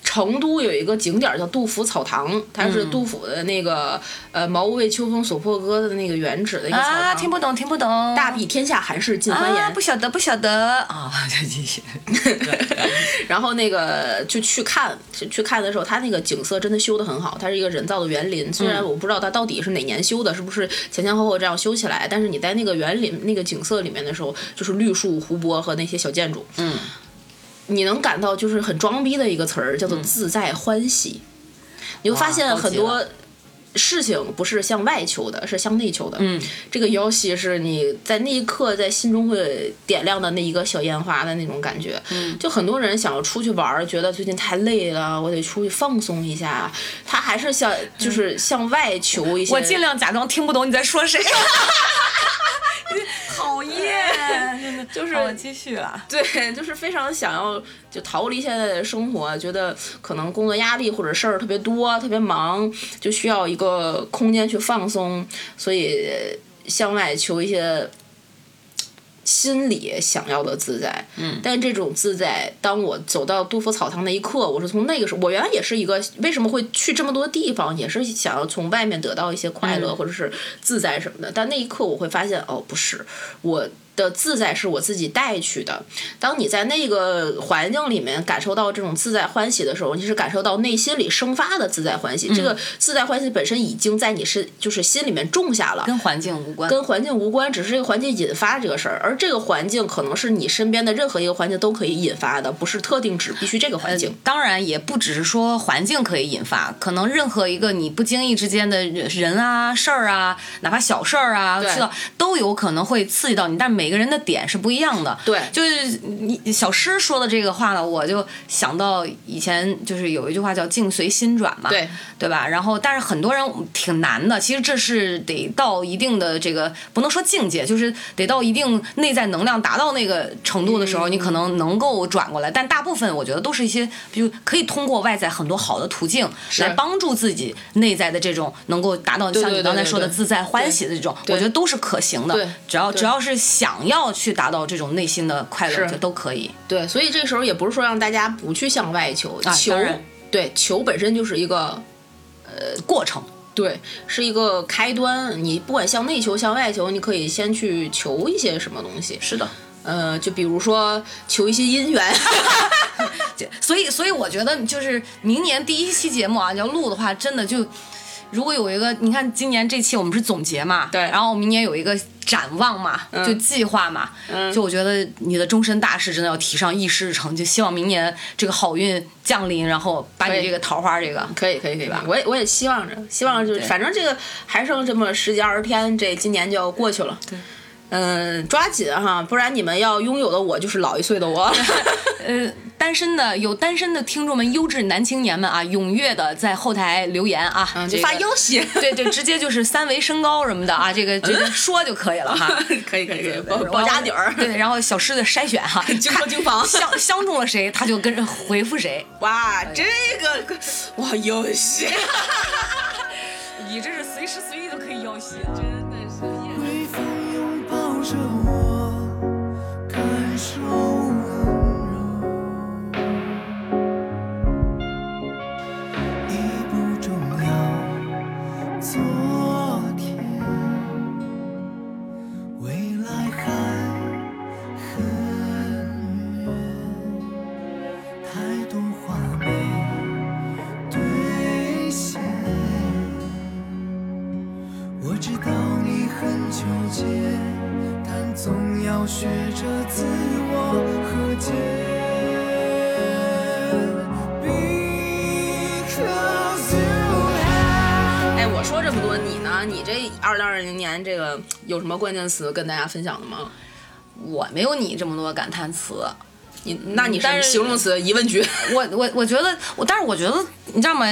成都有一个景点儿叫杜甫草堂，它嗯是杜甫的那个、呃“茅屋为秋风所破歌”的那个原址的一个草堂。啊，听不懂，听不懂，大庇天下寒士尽欢颜、啊，不晓得，不晓得啊， 这这些，然后那个就去看，去去看的时候，它那个景色真的修得很好，它是一个人造的园林。虽嗯然我不知道它到底是哪年修的，是不是前前后后这样修起来，但是你在那个园林那个景色里面的时候，就是绿树、湖泊和那些小建筑，嗯，你能感到就是很装逼的一个词儿，叫做自在欢喜。你会发现嗯哇高很级了多事情不是向外求的，是向内求的。嗯，这个腰戏是你在那一刻在心中会点亮的那一个小烟花的那种感觉。嗯，就很多人想要出去玩儿，觉得最近太累了，我得出去放松一下。他还是想就是向外求一些。我尽量假装听不懂你在说谁。 讨厌，就是好，继续啊。对，就是非常想要就逃离现在的生活，觉得可能工作压力或者事儿特别多，特别忙，就需要一个空间去放松，所以向外求一些心里想要的自在。嗯，但这种自在，当我走到杜甫草堂那一刻，我是从那个时候，我原来也是一个为什么会去这么多地方，也是想要从外面得到一些快乐、或者是自在什么的。但那一刻我会发现，哦，不是我。的自在是我自己带去的。当你在那个环境里面感受到这种自在欢喜的时候，你是感受到内心里生发的自在欢喜。这个自在欢喜本身已经在你身，就是心里面种下了，跟环境无关，跟环境无关，只是这个环境引发这个事儿，而这个环境可能是你身边的任何一个环境都可以引发的，不是特定只必须这个环境。呃当然也不只是说环境可以引发，可能任何一个你不经意之间的人啊、事儿啊，哪怕小事儿啊，对知道都有可能会刺激到你，但每个人的点是不一样的。对就是你小诗说的这个话呢，我就想到以前就是有一句话叫“境随心转”嘛，对对吧？然后，但是很多人挺难的，其实这是得到一定的这个不能说境界，就是得到一定内在能量达到那个程度的时候，你可能能够转过来。但大部分我觉得都是一些，比如可以通过外在很多好的途径来帮助自己内在的这种能够达到对像对你刚才说的对对自在欢喜的这种，对我觉得都是可行对的。只要对只要是想要去达到这种内心的快是乐，就都可以。对，所以这时候也不是说让大家不去向外求，啊求当然对求本身就是一个过程对，是一个开端。你不管向内求、向外求，你可以先去求一些什么东西。是的。呃，就比如说求一些姻缘。所以，所以我觉得就是明年第一期节目啊，要录的话，真的就如果有一个，你看今年这期我们是总结嘛，对然后明年有一个展望嘛，就计划嘛，就我觉得你的终身大事真的要提上议事日程，就希望明年这个好运降临，然后把可你以这个桃花这个可以，可以，可以吧？嗯我也我也希望着，希望就是，对反正这个还剩这么十几二十天，这今年就要过去了。对。嗯，抓紧哈，不然你们要拥有的我就是老一岁的我。 呃，单身的有单身的听众们，优质男青年们啊，踊跃的在后台留言啊，嗯，这就个发消息。对对，直接就是三维身高什么的啊，这个这个说就可以 了哈。 可以，可以，可以，对保保家底儿，对，然后小诗的筛选哈， 经过经房看相相中了谁，他就跟着回复谁。哇，这个可哇有戏。你这是随时随地都可以要挟。微风拥抱着我，感受温柔。已不重要，昨天，未来还很远，太多话没兑现。我知道你很纠结，但总要学着自我和解。Because you have 哎，我说这么多，你呢？你这二零二零年这个有什么关键词跟大家分享的吗？我没有你这么多感叹词，你那你但嗯是是形容词疑问句？ 我我我觉得我，但是我觉得你知道吗？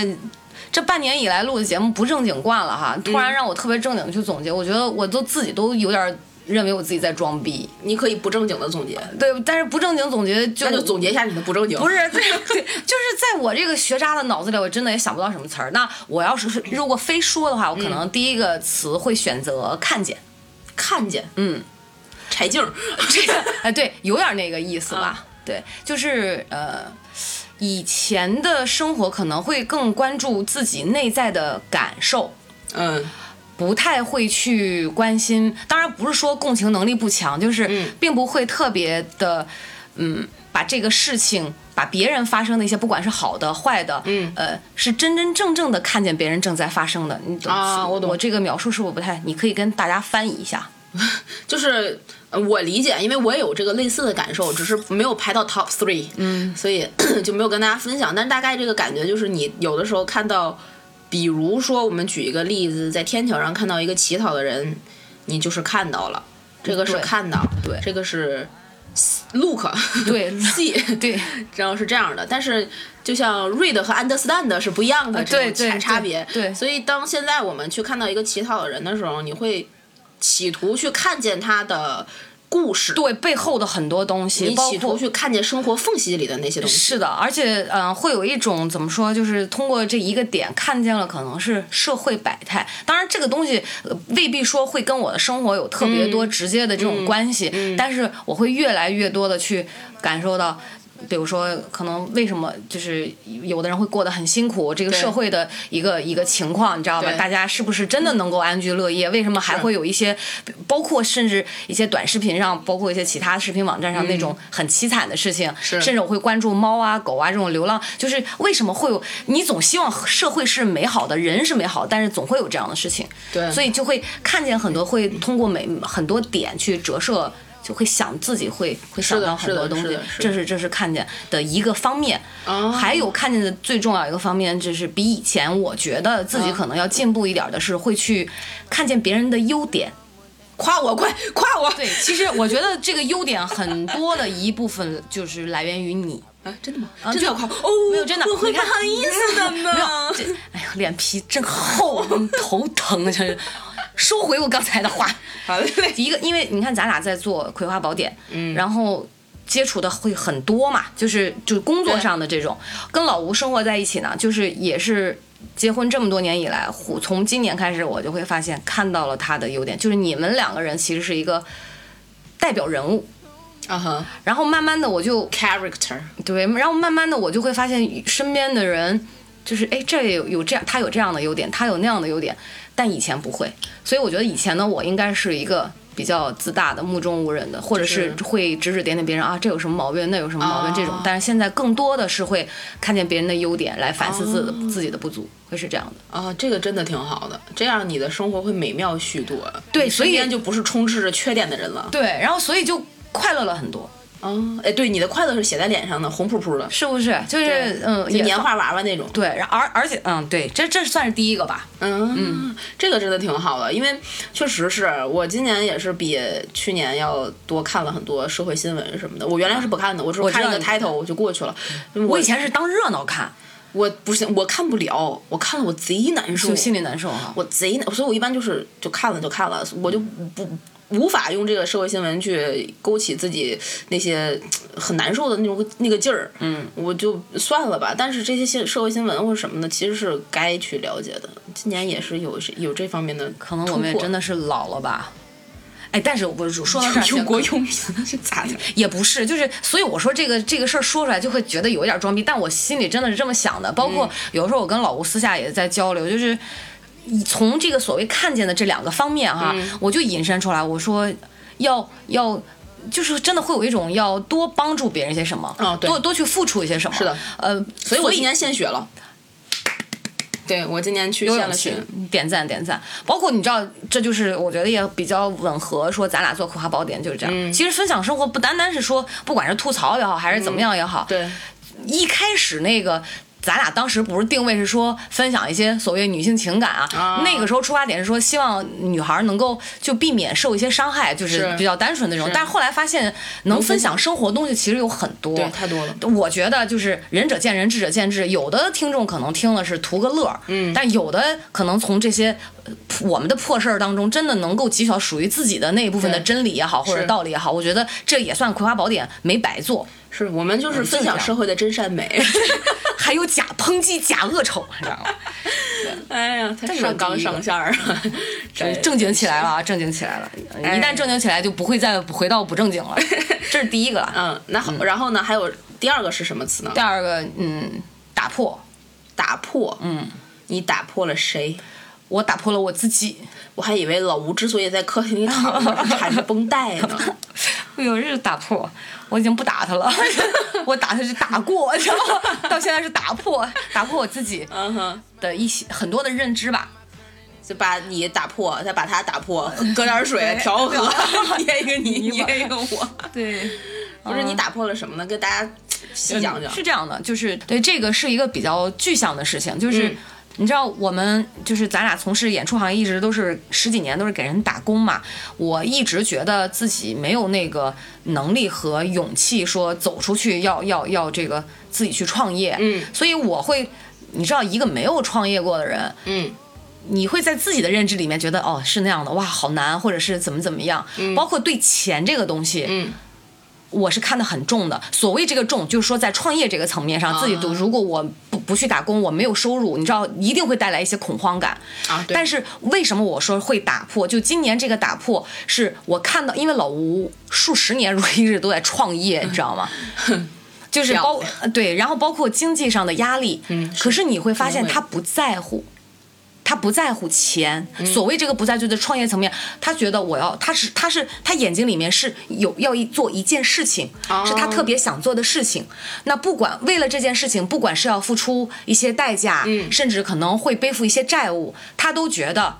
这半年以来录的节目不正经惯了哈，突然让我特别正经地去总结，我觉得我都自己都有点认为我自己在装逼。你可以不正经的总结，对，但是不正经总结就那就总结一下你的不正经。不是，对对，就是在我这个学渣的脑子里，我真的也想不到什么词儿。那我要是如果非说的话，我可能第一个词会选择看见。看见，嗯，柴静儿，嗯这个，哎，对，有点那个意思吧？对，就是呃，以前的生活可能会更关注自己内在的感受， 嗯，不太会去关心。当然不是说共情能力不强，就是嗯并不会特别的，嗯，把这个事情。把别人发生的一些，不管是好的、坏的，嗯，呃，是真真正正的看见别人正在发生的，你懂啊我懂我这个描述是不是不太？你可以跟大家翻译一 下。就是呃我理解，因为我也有这个类似的感受，只是没有排到 top three，嗯，所以 就没有跟大家分享。但是大概这个感觉就是，你有的时候看到，比如说我们举一个例子，在天桥上看到一个乞讨的人，你就是看到了，这个是对看到，对这个是 look， 对 see， 对，然后是这样的，但是就像 read 和 understand 是不一样的呃这对种对差差别。对对所以当现在我们去看到一个乞讨的人的时候，你会企图去看见他的故事，对背后的很多东西，你包企括图去看见生活缝隙里的那些东西。是的，而且嗯、呃会有一种怎么说，就是通过这一个点看见了可能是社会百态。当然，这个东西、呃未必说会跟我的生活有特别多直接的这种关系，嗯但是我会越来越多的去感受到。比如说，可能为什么就是有的人会过得很辛苦，这个对社会的一个一个情况，你知道吧？对大家是不是真的能够安居乐业？为什么还会有一些，嗯包括甚至一些短视频上，包括一些其他视频网站上那嗯种很凄惨的事情，是甚至我会关注猫啊、狗啊这种流浪，就是为什么会有？你总希望社会是美好的，人是美好的，但是总会有这样的事情，对所以就会看见很多，会通过每很多点去折射。就会想自己会会想是的到很是的多东是西的，是的这是这是看见的一个方面。哦还有看见的最重要一个方面，就是比以前我觉得自己可能要进步一点的是，会去看见别人的优点。夸我，快夸我！对，其实我觉得这个优点很多的一部分就是来源于你。啊，真的吗？啊真的就要夸我哦？没有真的我会你不看好意思的呢。 没有，这哎呀，脸皮真厚，头疼，真是。收回我刚才的话。好嘞，一个，因为你看咱俩在做《葵花宝典》，嗯，然后接触的会很多嘛，就是就是工作上的这种，跟老吴生活在一起呢，就是也是。结婚这么多年以来，虎从今年开始，我就会发现看到了他的优点，就是你们两个人其实是一个代表人物。啊哈然后慢慢的，我就，character，对，然后慢慢的我就会发现身边的人，就是哎，这有有这样，他有这样的优点，他有那样的优点，但以前不会，所以我觉得以前的我应该是一个比较自大的、目中无人的，或者是哦就是会指指点点别人啊，这有什么毛病，那有什么毛病、啊这种，但是现在更多的是会看见别人的优点来反思自己的、自己的不足，会是这样的。啊，这个真的挺好的，这样你的生活会美妙许多。对你所以身边就不是充斥着缺点的人了。对，然后所以就快乐了很多，啊，哎，对，你的快乐是写在脸上的，红扑扑的，是不是？就是嗯，就也年画娃娃那种。对，然而而且嗯，对，这这算是第一个吧，嗯，这个真的挺好的，因为确实是我今年也是比去年要多看了很多社会新闻什么的。我原来是不看的，我只是我知看道一个你嗯 title 我就过去了。我我以前是当热闹看，我不行，我看不了，我看了我贼难受，就心里难受哈、我贼难，所以我一般就是就看了就看了，我就不无法用这个社会新闻去勾起自己那些嘖很难受的那种那个劲儿。嗯，我就算了吧。但是这些新社会新闻或者什么的，其实是该去了解的。今年也是有有这方面的突破，可能我们也 真的是老了吧。哎，但是我说到这儿，忧国忧民是咋的？也不是，就是所以我说这个这个事儿说出来就会觉得有一点装逼，但我心里真的是这么想的。包括嗯有时候我跟老吴私下也在交流，就是以从这个所谓看见的这两个方面哈，嗯我就引申出来，我说要要。就是真的会有一种要多帮助别人一些什么，哦对多多去付出一些什么。是的，呃，所所以我今年献血了。对，我今年去有献勇了气血。，点赞点赞。包括你知道，这就是我觉得也比较吻合，说咱俩做《葵花宝典》就是这样。其实分享生活不单单是说，不管是吐槽也好，还是怎么样也好，对，一开始那个。咱俩当时不是定位是说分享一些所谓女性情感啊，啊那个时候出发点是说希望女孩能够就避免受一些伤害，就是是比较单纯那种是。但是后来发现能分享生活的东西其实有很多，对太多了。我觉得就是仁者见仁，智者见智。有的听众可能听了是图个乐，嗯，但有的可能从这些呃我们的破事儿当中，真的能够汲取到属于自己的那一部分的对真理也好，或者是道理也好，我觉得这也算《葵花宝典》没白做。是我们就是嗯分这享样社会的真善美。 还有假抨击、假恶丑，你知道 吗？哎呀， 太这是上我纲第一个上线儿 了， 对正经起来了啊，正经起来了！哎一旦正经起来，就不会再回到不正经了。这是第一个了。嗯嗯，那好，然后呢，还有第二个是什么词呢第？二个，嗯，打破，打破。嗯，你打破了谁？我打破了我自己。我还以为老吴之所以在客 厅里躺着缠着绷带呢。哎呦，这是打破，我已经不打他了， 我打他是打过，然后 到现在是打破，打破我自己嗯哼，的一些很多的认知吧。就把你打破，再把它打 破，搁点水对调和， 捏一个 你，泥巴捏一个我。嗯对，不是你打破了什么呢？跟大家细讲讲。是这样的，就是对这个是一个比较具象的事情，就是。嗯你知道我们就是咱俩从事演出行业一直都是十几年都是给人打工嘛，我一直觉得自己没有那个能力和勇气说走出去要要要这个自己去创业，嗯，所以我会，你知道一个没有创业过的人，嗯，你会在自己的认知里面觉得哦是那样的哇好难，或者是怎么怎么样，包括对钱这个东西，嗯，我是看得很重的。所谓这个重，就是说在创业这个层面上，啊自己读如果我不不去打工，我没有收入，你知道一定会带来一些恐慌感。啊，对但是为什么我说会打破？就今年这个打破，是我看到，因为老吴数十年如一日都在创业，你知道吗？就是包这呃对，然后包括经济上的压力，嗯是可是你会发现明白他不在乎。他不在乎钱，嗯所谓这个不在乎，就是创业层面，他觉得我要，他是他是他眼睛里面是有要一做一件事情，哦是他特别想做的事情。那不管为了这件事情，不管是要付出一些代价，嗯甚至可能会背负一些债务，他都觉得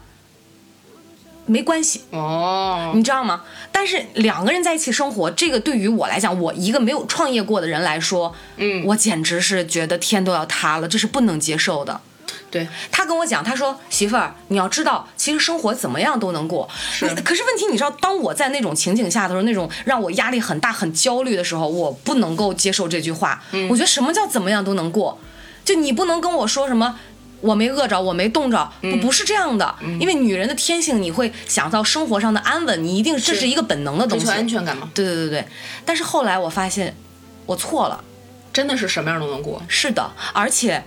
没关系。哦，你知道吗？但是两个人在一起生活，这个对于我来讲，我一个没有创业过的人来说，嗯我简直是觉得天都要塌了，这是不能接受的。对，他跟我讲，他说媳妇儿，你要知道，其实生活怎么样都能过。是你可是问题，你知道，当我在那种情景下的时候，那种让我压力很大、很焦虑的时候，我不能够接受这句话。嗯我觉得什么叫怎么样都能过？就你不能跟我说什么。我没饿着，我没冻着，嗯不不是这样的，因为女人的天性，你会想到生活上的安稳，你一定这是是一个本能的东西追求。安全感嘛，对对对对，但是后来我发现我错了，真的是什么样都能过。是的，而且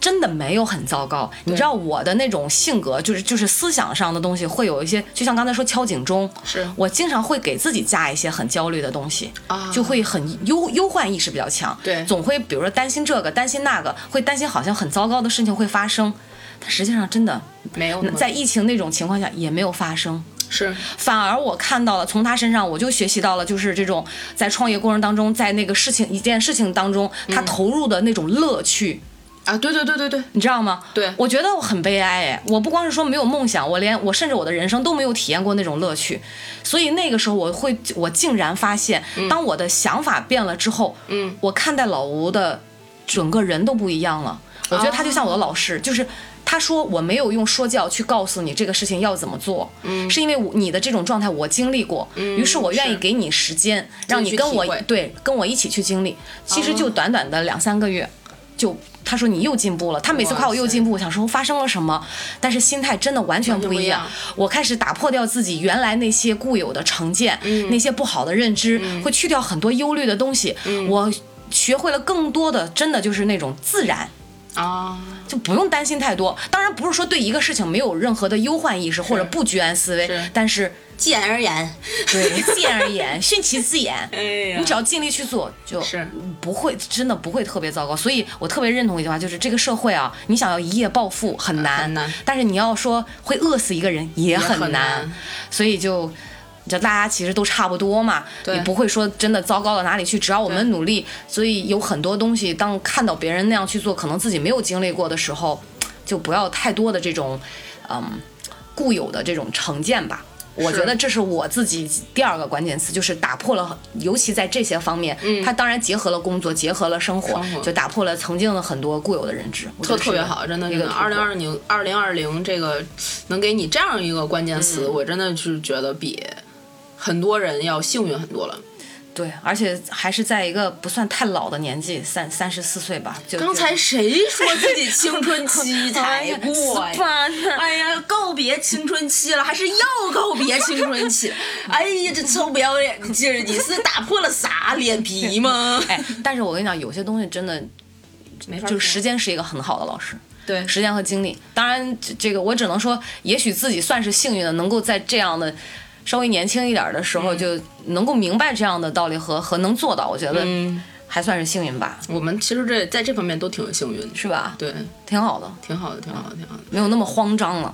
真的没有很糟糕。你知道我的那种性格，就是就是思想上的东西会有一些，就像刚才说敲警钟，是我经常会给自己加一些很焦虑的东西，啊就会很忧忧患意识比较强，对总会比如说担心这个，担心那个，会担心好像很糟糕的事情会发生，但实际上真的没有那么在疫情那种情况下也没有发生。是反而我看到了，从他身上我就学习到了，就是这种在创业过程当中，在那个事情一件事情当中，他嗯投入的那种乐趣，啊，对对对对对，你知道吗？对我觉得我很悲哀哎，我不光是说没有梦想，我连我甚至我的人生都没有体验过那种乐趣，所以那个时候我会，我竟然发现，当我的想法变了之后，嗯，我看待老吴的整个人都不一样了。我觉得他就像我的老师，就是他说我没有用说教去告诉你这个事情要怎么做，嗯，是因为我你的这种状态我经历过，嗯于是我愿意是给你时间，让你跟我自己去体会哦对跟我一起去经历。其实就短短的两三个月，就他说你又进步了，他每次夸我又进步，我想说发生了什么，但是心态真的完全不一样完全不。我开始打破掉自己原来那些固有的成见，那些不好的认知，会去掉很多忧虑的东西。我学会了更多的，真的就是那种自然。啊，就不用担心太多，当然不是说对一个事情没有任何的忧患意识或者不居安思危是，但是简而言，对见而言， 训其自演，哎呀你只要尽力去做，就是不会真的不会特别糟糕。所以我特别认同一句话，就是这个社会啊，你想要一夜暴富很难，很难但是你要说会饿死一个人也很很难所以就。就大家其实都差不多嘛，对也不会说真的糟糕到哪里去，只要我们努力。所以有很多东西，当看到别人那样去做，可能自己没有经历过的时候，就不要太多的这种，嗯，固有的这种成见吧。我是觉得这是我自己第二个关键词，就是打破了，尤其在这些方面，嗯它当然结合了工作，结合了生活，生活就打破了曾经的很多固有的认知，我觉特得特是别好，真的一真个的。二突零破二零二零二零这个能给你这样一个关键词，我真的是觉得比很多人要幸运很多了。对，而且还是在一个不算太老的年纪，三三十四岁吧。就刚才谁说自己青春期才过呀？ 啊哎呀，告别青春期了，还是要告别青春 期？哎呀，这臭不要脸的劲儿！你是打破了啥脸皮 吗？哎，但是我跟你讲，有些东西真的没法就是时间是一个很好的老师，对时间和精力。当然，这这个我只能说，也许自己算是幸运的，能够在这样的嗯嗯稍微年轻一点的时候就能够明白这样的道理和和能做到，我觉得还算是幸运吧，我们其实这在这方面都挺幸运的，是吧？对，挺好的，挺好的，挺好的，挺好的。没有那么慌张了。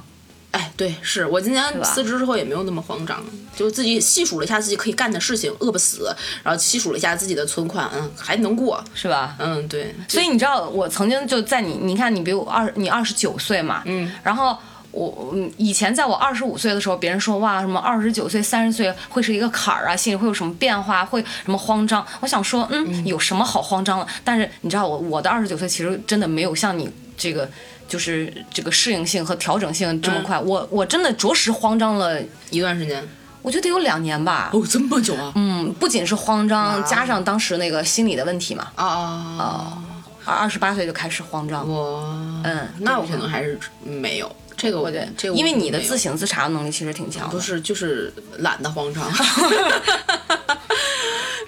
哎，对，是我今年吧辞职之后也没有那么慌张，就自己细数了一下自己可以干的事情，饿不死，然后细数了一下自己的存款，嗯，还能过，是吧？嗯，对，所以你知道，我曾经就在你，你看你比我二，你二十九岁嘛，嗯，然后我，嗯，以前在我二十五岁的时候，别人说哇，什么二十九岁、三十岁会是一个坎儿啊，心里会有什么变化，会什么慌张？我想说，嗯，有什么好慌张的？但是你知道我，我的二十九岁其实真的没有像你这个。就是这个适应性和调整性这么快，我我真的着实慌张了，一段时间，我觉得有两年吧。哦，这么久啊，嗯，不仅是慌张，加上当时那个心理的问题嘛，啊啊二二十八岁就开始慌张啊，。我，嗯，那我可能还是没有这个我，我觉得，这个我因为你的没有自省自查能力其实挺强不的。是，就是懒得慌张。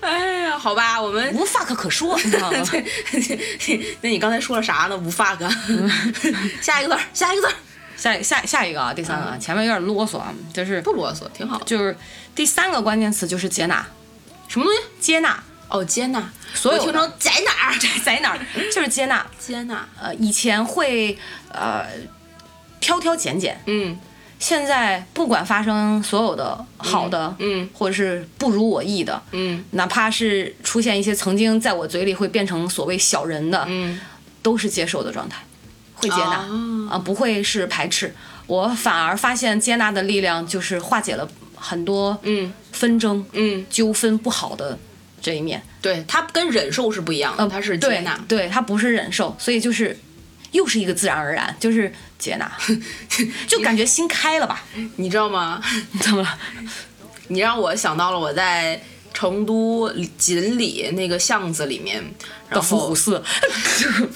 哎呀，好吧，我们无话可可说，你知道嗯 吗？那你刚才说了啥呢？无 fuck，下一个字儿，下一个字儿， 下下下一个啊，第三个啊，前面有点啰嗦啊，就是嗯不啰嗦，挺好的。就是第三个关键词就是接纳，什么东西？接纳哦，接纳。所有我的听成在哪儿？ 在哪儿？就是接纳。接纳。呃，以前会呃挑挑拣拣，嗯现在不管发生所有的好的，嗯或者是不如我意的，嗯哪怕是出现一些曾经在我嘴里会变成所谓小人的，嗯，都是接受的状态，会接纳啊啊、不会是排斥。我反而发现接纳的力量就是化解了很多嗯纷争、嗯，纠纷不好的这一面。对，它跟忍受是不一样的，呃，它是接纳。对，对，它不是忍受，所以就是又是一个自然而然，就是接 纳，就感觉心开了吧？你知道吗？ 怎么了？你让我想到了我在成都锦里那个巷子里面，然的后伏虎 寺，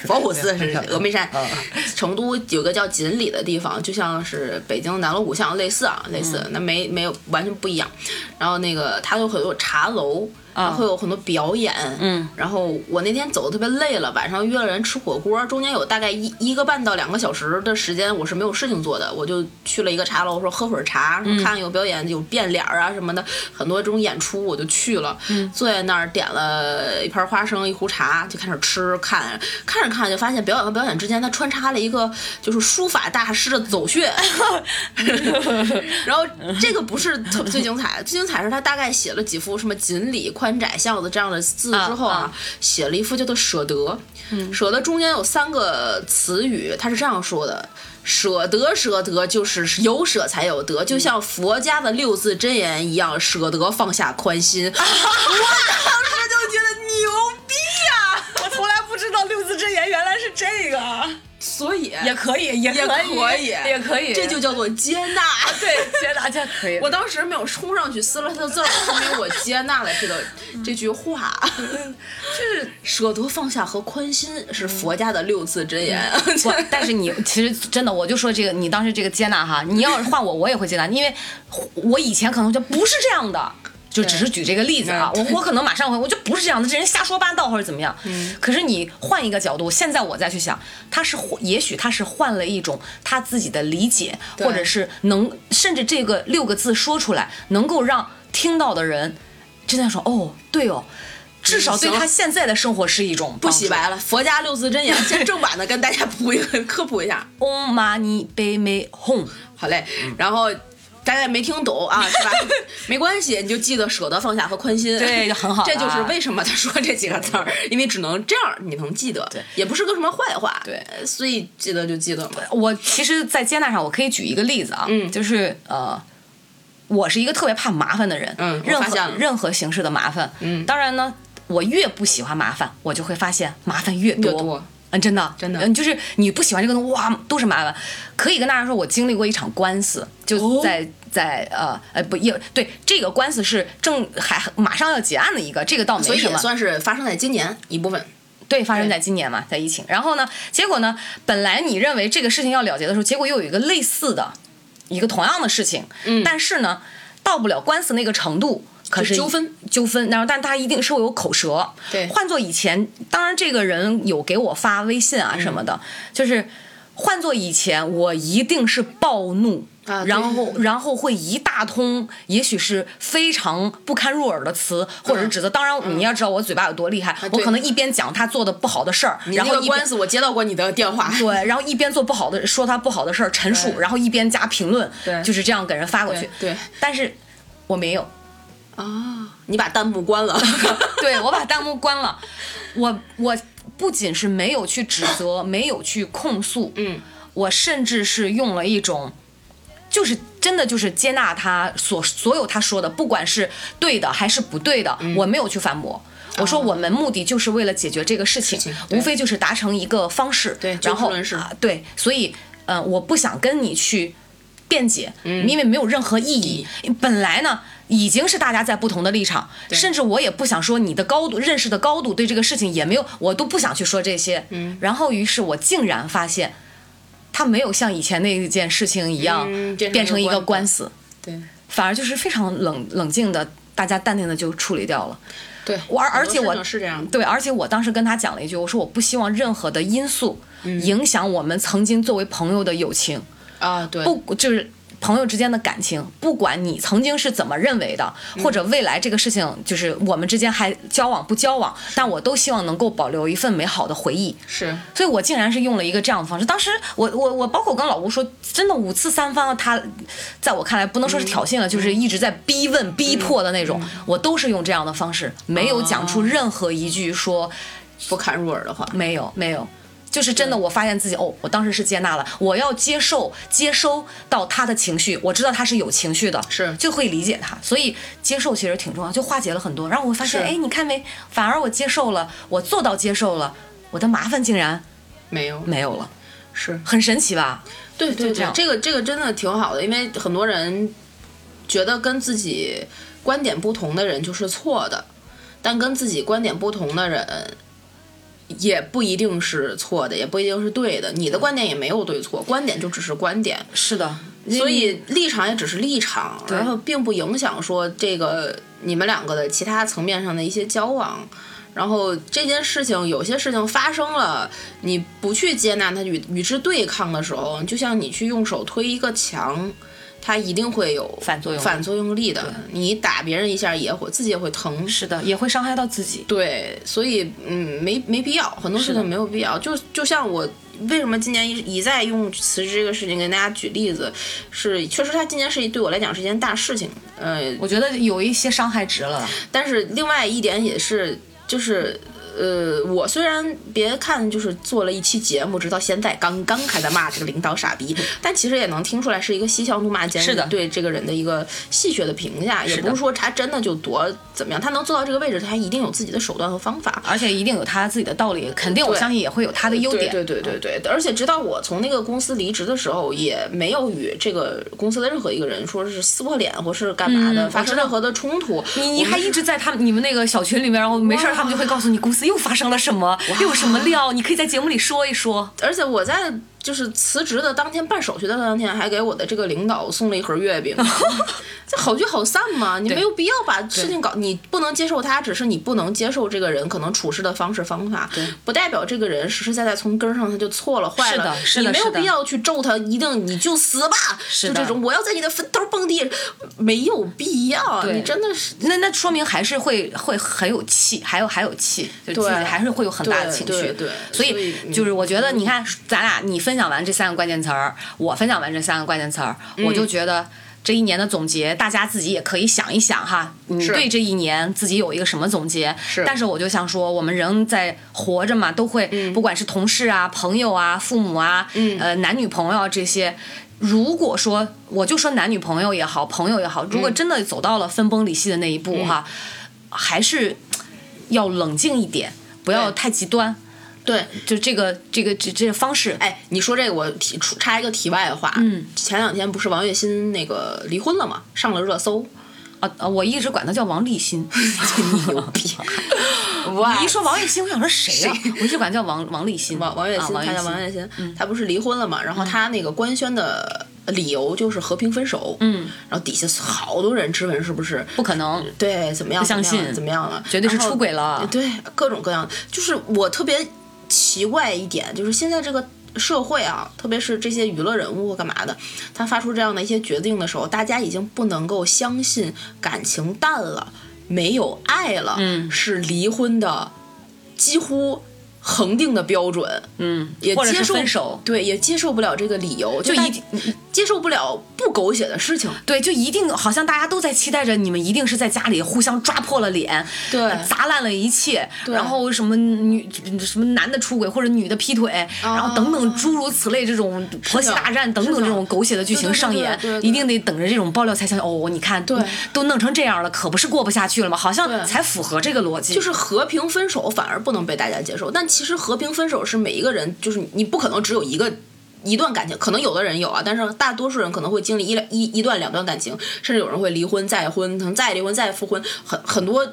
佛虎寺是峨眉山嗯， 成都有个叫锦里的地方，就像是北京南锣鼓巷类似啊，类嗯似，那没没有完全不一样。然后那个它有很多茶楼，然后会有很多表演，嗯，然后我那天走的特别累了，晚上约了人吃火锅，中间有大概一一个半到两个小时的时间我是没有事情做的，我就去了一个茶楼，说喝会儿茶，看看有表演，有变脸儿啊什么的，很多这种演出我就去了，坐在那儿点了一盘花生，一壶茶，就开始吃看，看着看着就发现表演和表演之间，它穿插了一个就是书法大师的走穴。然后这个不是特最精彩的，最精彩是他大概写了几幅什么锦里、宽窄巷子这样的字之后啊嗯啊，写了一幅叫做《舍得》。舍得中间有三个词语，他是这样说的：舍得，舍得，就是有舍才有得，就像佛家的六字真言一样，舍得放下宽心。哎我当时就觉得牛逼呀、我从来不知道六字真言原来是这个， 所以也可以，也也可以，可以也可以，啊这就叫做接纳。对接纳，这可 以。我当时没有冲上去撕了他的字儿，说明我接纳了这个嗯这句话。就是舍得放下和宽心嗯是佛家的六字真言。 不，但是你其实真的，我就说这个，你当时这个接纳哈，你要是换我，我也会接纳，因为我以前可能就不是这样的，就只是举这个例子啊，我我可能马上会，我就不是这样的，这人瞎说八道或者怎么样。可是你换一个角度，现在我再去想，他是换也许他是换了一种他自己的理解，对或者是能甚至这个六个字说出来，能够让听到的人真的说哦，对哦。至少对行他现在的生活是一种不帮助洗白了，佛家六字真言，先正版的跟大家普一个科普一下。 Om mani padme hum，好嘞，然后。大家也没听懂啊，是吧？ 没关系，你就记得舍得放下和宽心，对就很好了啊这就是为什么他说这几个字儿，因为只能这样你能记得，对也不是个什么坏话，呃对，所以记得就记得嘛。我其实，在接纳上，我可以举一个例子啊，嗯就是呃，我是一个特别怕麻烦的人，嗯我任发现何了任何形式的麻烦，嗯当然呢，我越不喜欢麻烦，我就会发现麻烦越多，越多嗯，真的，真的嗯，就是你不喜欢这个东西，哇，都是麻烦。可以跟大家说，我经历过一场官司，就哦在、在呃呃不也对，这个官司是正还马上要结案的一个，这个倒所没以什也么，算是发生在今年一部分。对，发生对在今年嘛，在疫情。然后呢，结果呢，本来你认为这个事情要了结的时候，结果又有一个类似的，一个同样的事情，嗯，但是呢，到不了官司那个程度。可就是纠纷纠纷，然后但他一定是会有口舌。对嗯换做以前，当然这个人有给我发微信啊什么的，就是换做以前，我一定是暴怒，啊对然后 然后会一大通，也许是非常不堪入耳的词，或者嗯是指责。当然，你要知道我嘴巴有多厉害，我对可能一边讲他做的不好的事儿，你然那后个一边官司我接到过你的电话，对，然后一边做不好的说他不好的事儿陈述，对然后一边加评论，对就是这样给人发过去。对对但是我没 有，啊，你把弹幕关了，对我把弹幕关了，我我不仅是没有去指责，没有去控诉，嗯，我甚至是用了一种。就是真的，就是接纳他所所有他说的，不管是对的还是不对的，嗯我没有去反驳。我说我们目的就是为了解决这个事情，哦事情对无非就是达成一个方式。对就然事后论事啊对，所以呃，我不想跟你去辩解，嗯因为没有任何意义。本来呢，已经是大家在不同的立场，甚至我也不想说你的高度、认识的高度对这个事情也没有，我都不想去说这些。嗯然后，于是我竟然发现，他没有像以前那件事情一样、嗯变成变成一一个个官官司， 对反而就是非常冷冷静的，大家淡定的就处理掉了。对，我而而且很多我事情是这样的，对，而且我当时跟他讲了一句，我说我不希望任何的因素影响我们曾经作为朋友的友情，啊，对，不就是朋友之间的感情，不管你曾经是怎么认为的，或者未来这个事情就是我们之间还交往不交往，但我都希望能够保留一份美好的回忆。是所以我竟然是用了一个这样的方式。当时我我我包括我跟老吴说，真的五次三番啊，他在我看来不能说是挑衅了，就是一直在逼问、逼迫的那种，我都是用这样的方式，没有讲出任何一句说不堪入耳的话，没有没有。就是真的，我发现自己哦，我当时是接纳了，我要接受接收到他的情绪，我知道他是有情绪的，是就会理解他，所以接受其实挺重要，就化解了很多。然后我发现，是哎，你看没，反而我接受了，我做到接受了，我的麻烦竟然没有，没有了。是很神奇吧？对对这对样，这个这个真的挺好的，因为很多人觉得跟自己观点不同的人就是错的，但跟自己观点不同的人也不一定是错的，也不一定是对的。你的观点也没有对错，观点就只是观点，是的，所以立场也只是立场，嗯对然后并不影响说这个你们两个的其他层面上的一些交往。然后这件事情，有些事情发生了，你不去接纳它与与之对抗的时候，就像你去用手推一个墙，它一定会有反作用力反作用力的。你打别人一下也会自己也会疼，是的，也会伤害到自己。对，所以嗯，没没必要，很多事是的情没有必要。就就像我为什么今年一一再用辞职这个事情跟大家举例子，是确实它今年是一对我来讲是一件大事情，呃，我觉得有一些伤害值了，但是另外一点也是就是。呃，我虽然别看就是做了一期节目，直到现在刚刚还在骂这个领导傻逼，但其实也能听出来是一个嬉笑怒骂间嗯是的对这个人的一个戏谑的评价，也是的不是说他真的就多怎么样，他能做到这个位置，他一定有自己的手段和方法。而且一定有他自己的道理，肯定我对相信也会有他的优点。嗯对对对对对，而且直到我从那个公司离职的时候，也没有与这个公司的任何一个人说是撕破脸或是干嘛的，嗯发我生知道任何的冲突。你我你们还一直在他们你们那个小群里面，然后没事儿哇他们就会告诉你公司又发生了什么，又有什么料，你可以在节目里说一说。而且我在就是辞职的当天办手续的当天，还给我的这个领导送了一盒月 饼，这好聚好散嘛，你没有必要把事情搞，你不能接受他，只是你不能接受这个人可能处事的方式方法，不代表这个人实实在在从根儿上他就错了坏了，是的是的你没有是的必要去咒他，一定你就死吧，是就的这种我要在你的坟头蹦迪，没有必要，对你真的是那那说明还是会会很有气，还有还有气，就自己对还是会有很大的对情对绪。对所所以以嗯就是我觉得，你看咱俩你分享完这三个关键词儿，我分享完这三个关键词儿，我就觉得。这一年的总结，大家自己也可以想一想哈，你是对这一年自己有一个什么总结？是但是我就想说，我们人在活着嘛，都会，嗯不管是同事啊、朋友啊、父母啊，呃，男女朋友啊这些，如果说我就说男女朋友也好，朋友也好，嗯如果真的走到了分崩离析的那一步哈，还是要冷静一点，不要对太极端。对。就这个这个这这个方式，哎，你说这个我提出插一个题外话，嗯，前两天不是王栎鑫那个离婚了嘛，上了热搜，啊啊，我一直管他叫王立新。真牛逼！ 哇你一说王栎鑫，我想说谁啊？我一直管他叫王王立新。 王王栎啊鑫，王嗯他叫王栎鑫，他不是离婚了嘛？然后他那个官宣的理由就是和平分手，嗯，然后底下好多人质问是不是不可能，对怎么样不相怎么样信怎么样了，绝对是然后出轨了对，各种各样，就是我特别奇怪一点，就是现在这个社会啊，特别是这些娱乐人物或干嘛的，他发出这样的一些决定的时候，大家已经不能够相信感情淡了，没有爱了，嗯是离婚的几乎恒定的标准，嗯，也或者接是受分手，对，也接受不了这个理由，就大一接受不了不狗血的事情。对，就一定好像大家都在期待着你们一定是在家里互相抓破了脸，对砸烂了一切，对然后什么女什么男的出轨或者女的劈腿，啊然后等等诸如此类这种婆媳大战等等这种狗血的剧情上演对对对对，对一定得等着这种爆料才相信哦，你看对都弄成这样了，可不是过不下去了吗？好对像才符合这个逻辑，就是和平分手反而不能被大家接受，但其实和平分手是每一个人，就是你不可能只有一个一段感情，可能有的人有啊，但是大多数人可能会经历一一一段两段感情，甚至有人会离婚再婚，可能再离婚再复婚，很很多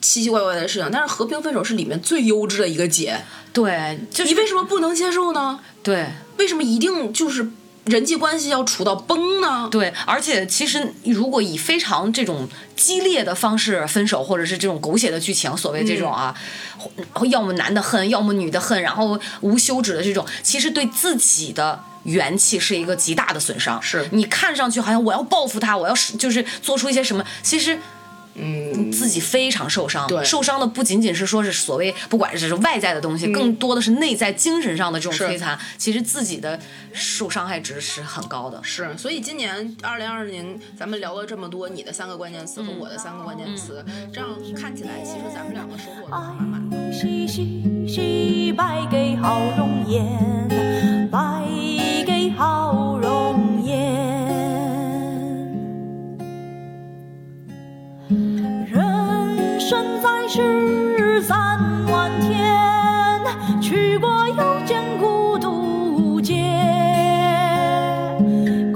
奇奇怪怪的事情。但是和平分手是里面最优质的一个解，对，就你是为什么不能接受呢？对。为什么一定就是人际关系要处到崩呢？对，而且其实如果以非常这种激烈的方式分手，或者是这种狗血的剧情，所谓这嗯种啊，或要么男的恨，要么女的恨，然后无休止的这种，其实对自己的。元气是一个极大的损伤，是你看上去好像我要报复他，我要是就是做出一些什么，其实嗯，自己非常受伤。对受伤的不仅仅是说是所谓不管是外在的东西，更多的是内在精神上的这种嗯是摧残。其实自己的受伤害值是很高的。是，所以今年二零二零，咱们聊了这么多，你的三个关键词和我的三个关键词，这样看起来，其实咱们两个收获都哦还蛮大。西西西，败给好容颜，败给好容颜。人生在世三万天，去过又见孤独街，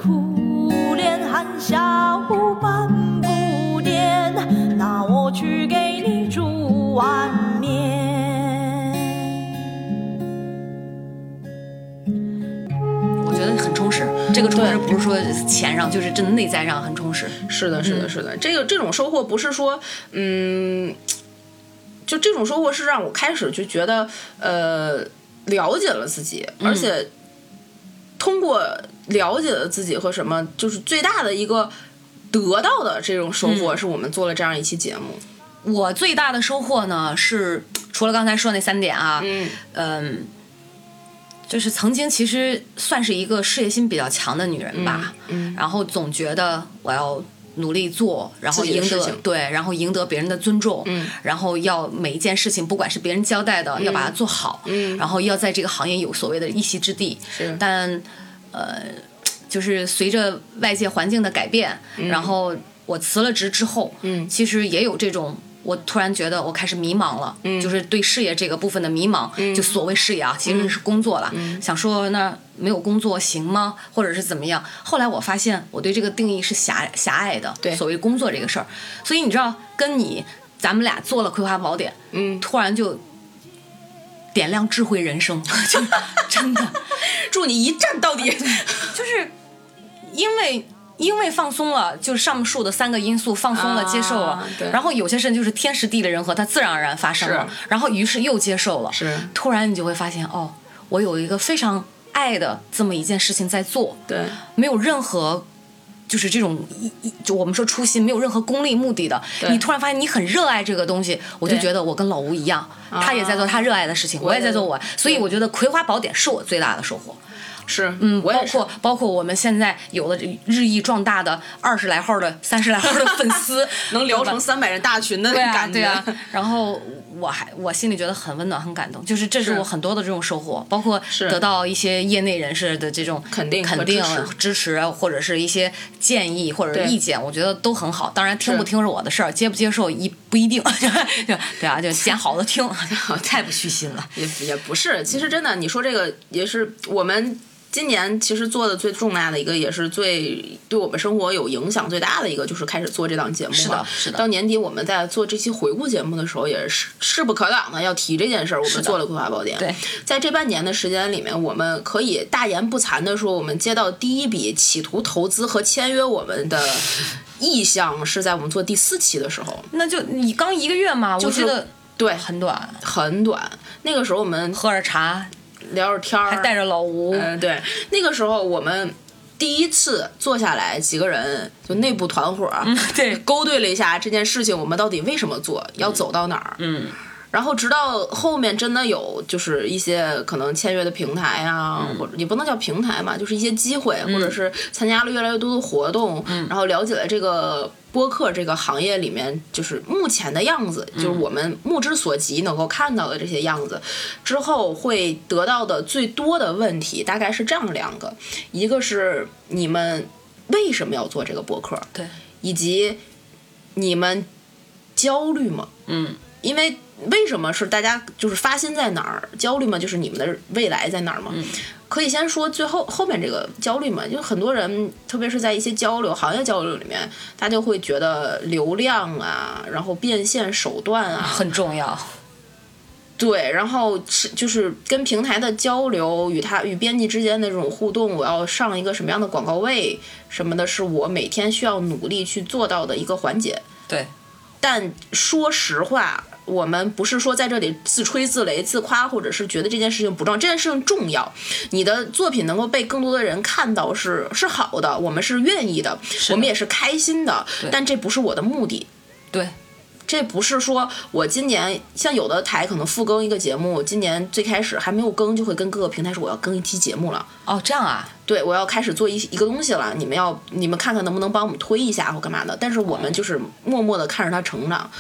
苦练含笑半步癫，那我去给你煮碗面。我觉得很充实，这个充实对不是说钱上，就是真的内在上很充实。是的，是的，是的，这个这种收获不是说，嗯，就这种收获是让我开始就觉得，呃，了解了自己，而且通过了解了自己和什么，就是最大的一个得到的这种收获，是我们做了这样一期节目。我最大的收获呢是，除了刚才说那三点啊，嗯嗯，就是曾经其实算是一个事业心比较强的女人吧，嗯然后总觉得我要努力做，然后自己的赢事得情对，然后赢得别人的尊重，嗯然后要每一件事情，不管是别人交代的，要把它做好，嗯然后要在这个行业有所谓的一席之地，是但呃，就是随着外界环境的改变，然后我辞了职之后，嗯其实也有这种。我突然觉得我开始迷茫了，嗯就是对事业这个部分的迷茫，就所谓事业啊，其嗯实是工作了。想说那没有工作行吗？或者是怎么样？后来我发现我对这个定义是狭狭隘的，对所谓工作这个事儿。所以你知道，跟你咱们俩做了《葵花宝典》，嗯，突然就点亮智慧人生， 就真的。祝你一站到底。就是因为因为放松了，就是上述的三个因素放松了，啊接受了对，然后有些事情就是天时地利人和，它自然而然发生了，然后于是又接受了，是突然你就会发现，哦，我有一个非常爱的这么一件事情在做，对，没有任何。就是这种一一就我们说初心，没有任何功利目的的。对你突然发现你很热爱这个东西，我就对觉得我跟老吴一样，他也在做他热爱的事啊情，我也在做我，所以我觉得《葵花宝典》是我最大的收获。是，嗯我包也是。，括包括我们现在有的日益壮大的二十来号的、三十来号的粉丝 能聊对吧成三百人大群的对啊感觉，对啊。然后我还我心里觉得很温暖、很感动，就是这是是我很多的这种收获，包括是得到一些业内人士的这种肯定和肯定支持支持，啊或者是一些建议或者对意见，我觉得都很好。当然，听是不听是我的事儿，接不接受一不一 定。对啊，就捡好的听，太不虚心了。也也不是，其实真的，你说这个也是我们今年其实做的最重大的一个，也是最对我们生活有影响最大的一个，就是开始做这档节目了。是的是的到年底我们在做这期回顾节目的时候，也是势不可挡的要提这件事儿。我是们的做了《葵花宝典》，对，在这半年的时间里面，我们可以大言不惭的说，我们接到第一笔企图投资和签约我们的意向是在我们做第四期的时候，那就你刚一个月嘛，就我是觉得对，很短，很短。那个时候我们喝点茶，聊会儿天儿，还带着老吴，嗯，对，那个时候我们第一次坐下来，几个人就内部团伙，嗯对勾兑了一下这件事情，我们到底为什么做，要走到哪儿。嗯，然后直到后面真的有就是一些可能签约的平台啊，嗯或者也不能叫平台嘛，就是一些机会，或者是参加了越来越多的活动，嗯然后了解了这个播客这个行业里面就是目前的样子，嗯就是我们目之所及能够看到的这些样子，之后会得到的最多的问题大概是这样两个，一个是你们为什么要做这个播客，对，以及你们焦虑吗？嗯，因为为什么是大家就是发心在哪儿焦虑嘛，就是你们的未来在哪儿嘛。可以先说最后后面这个焦虑嘛，就很多人，特别是在一些交流、行业交流里面，他就会觉得流量啊，然后变现手段啊，很重要，对，然后是就是跟平台的交流，与他与编辑之间的这种互动，我要上一个什么样的广告位什么的，是我每天需要努力去做到的一个环节。对，但说实话，我们不是说在这里自吹自擂、自夸，或者是觉得这件事情不重要。这件事情重要，你的作品能够被更多的人看到是是好的，我们是愿意的，的我们也是开心的对。但这不是我的目的。对，这不是说我今年像有的台可能复更一个节目，今年最开始还没有更，就会跟各个平台说我要更一期节目了，哦，这样啊，对我要开始做一一个东西了，你们要你们看看能不能帮我们推一下或干嘛的。但是我们就是默默的看着它成长，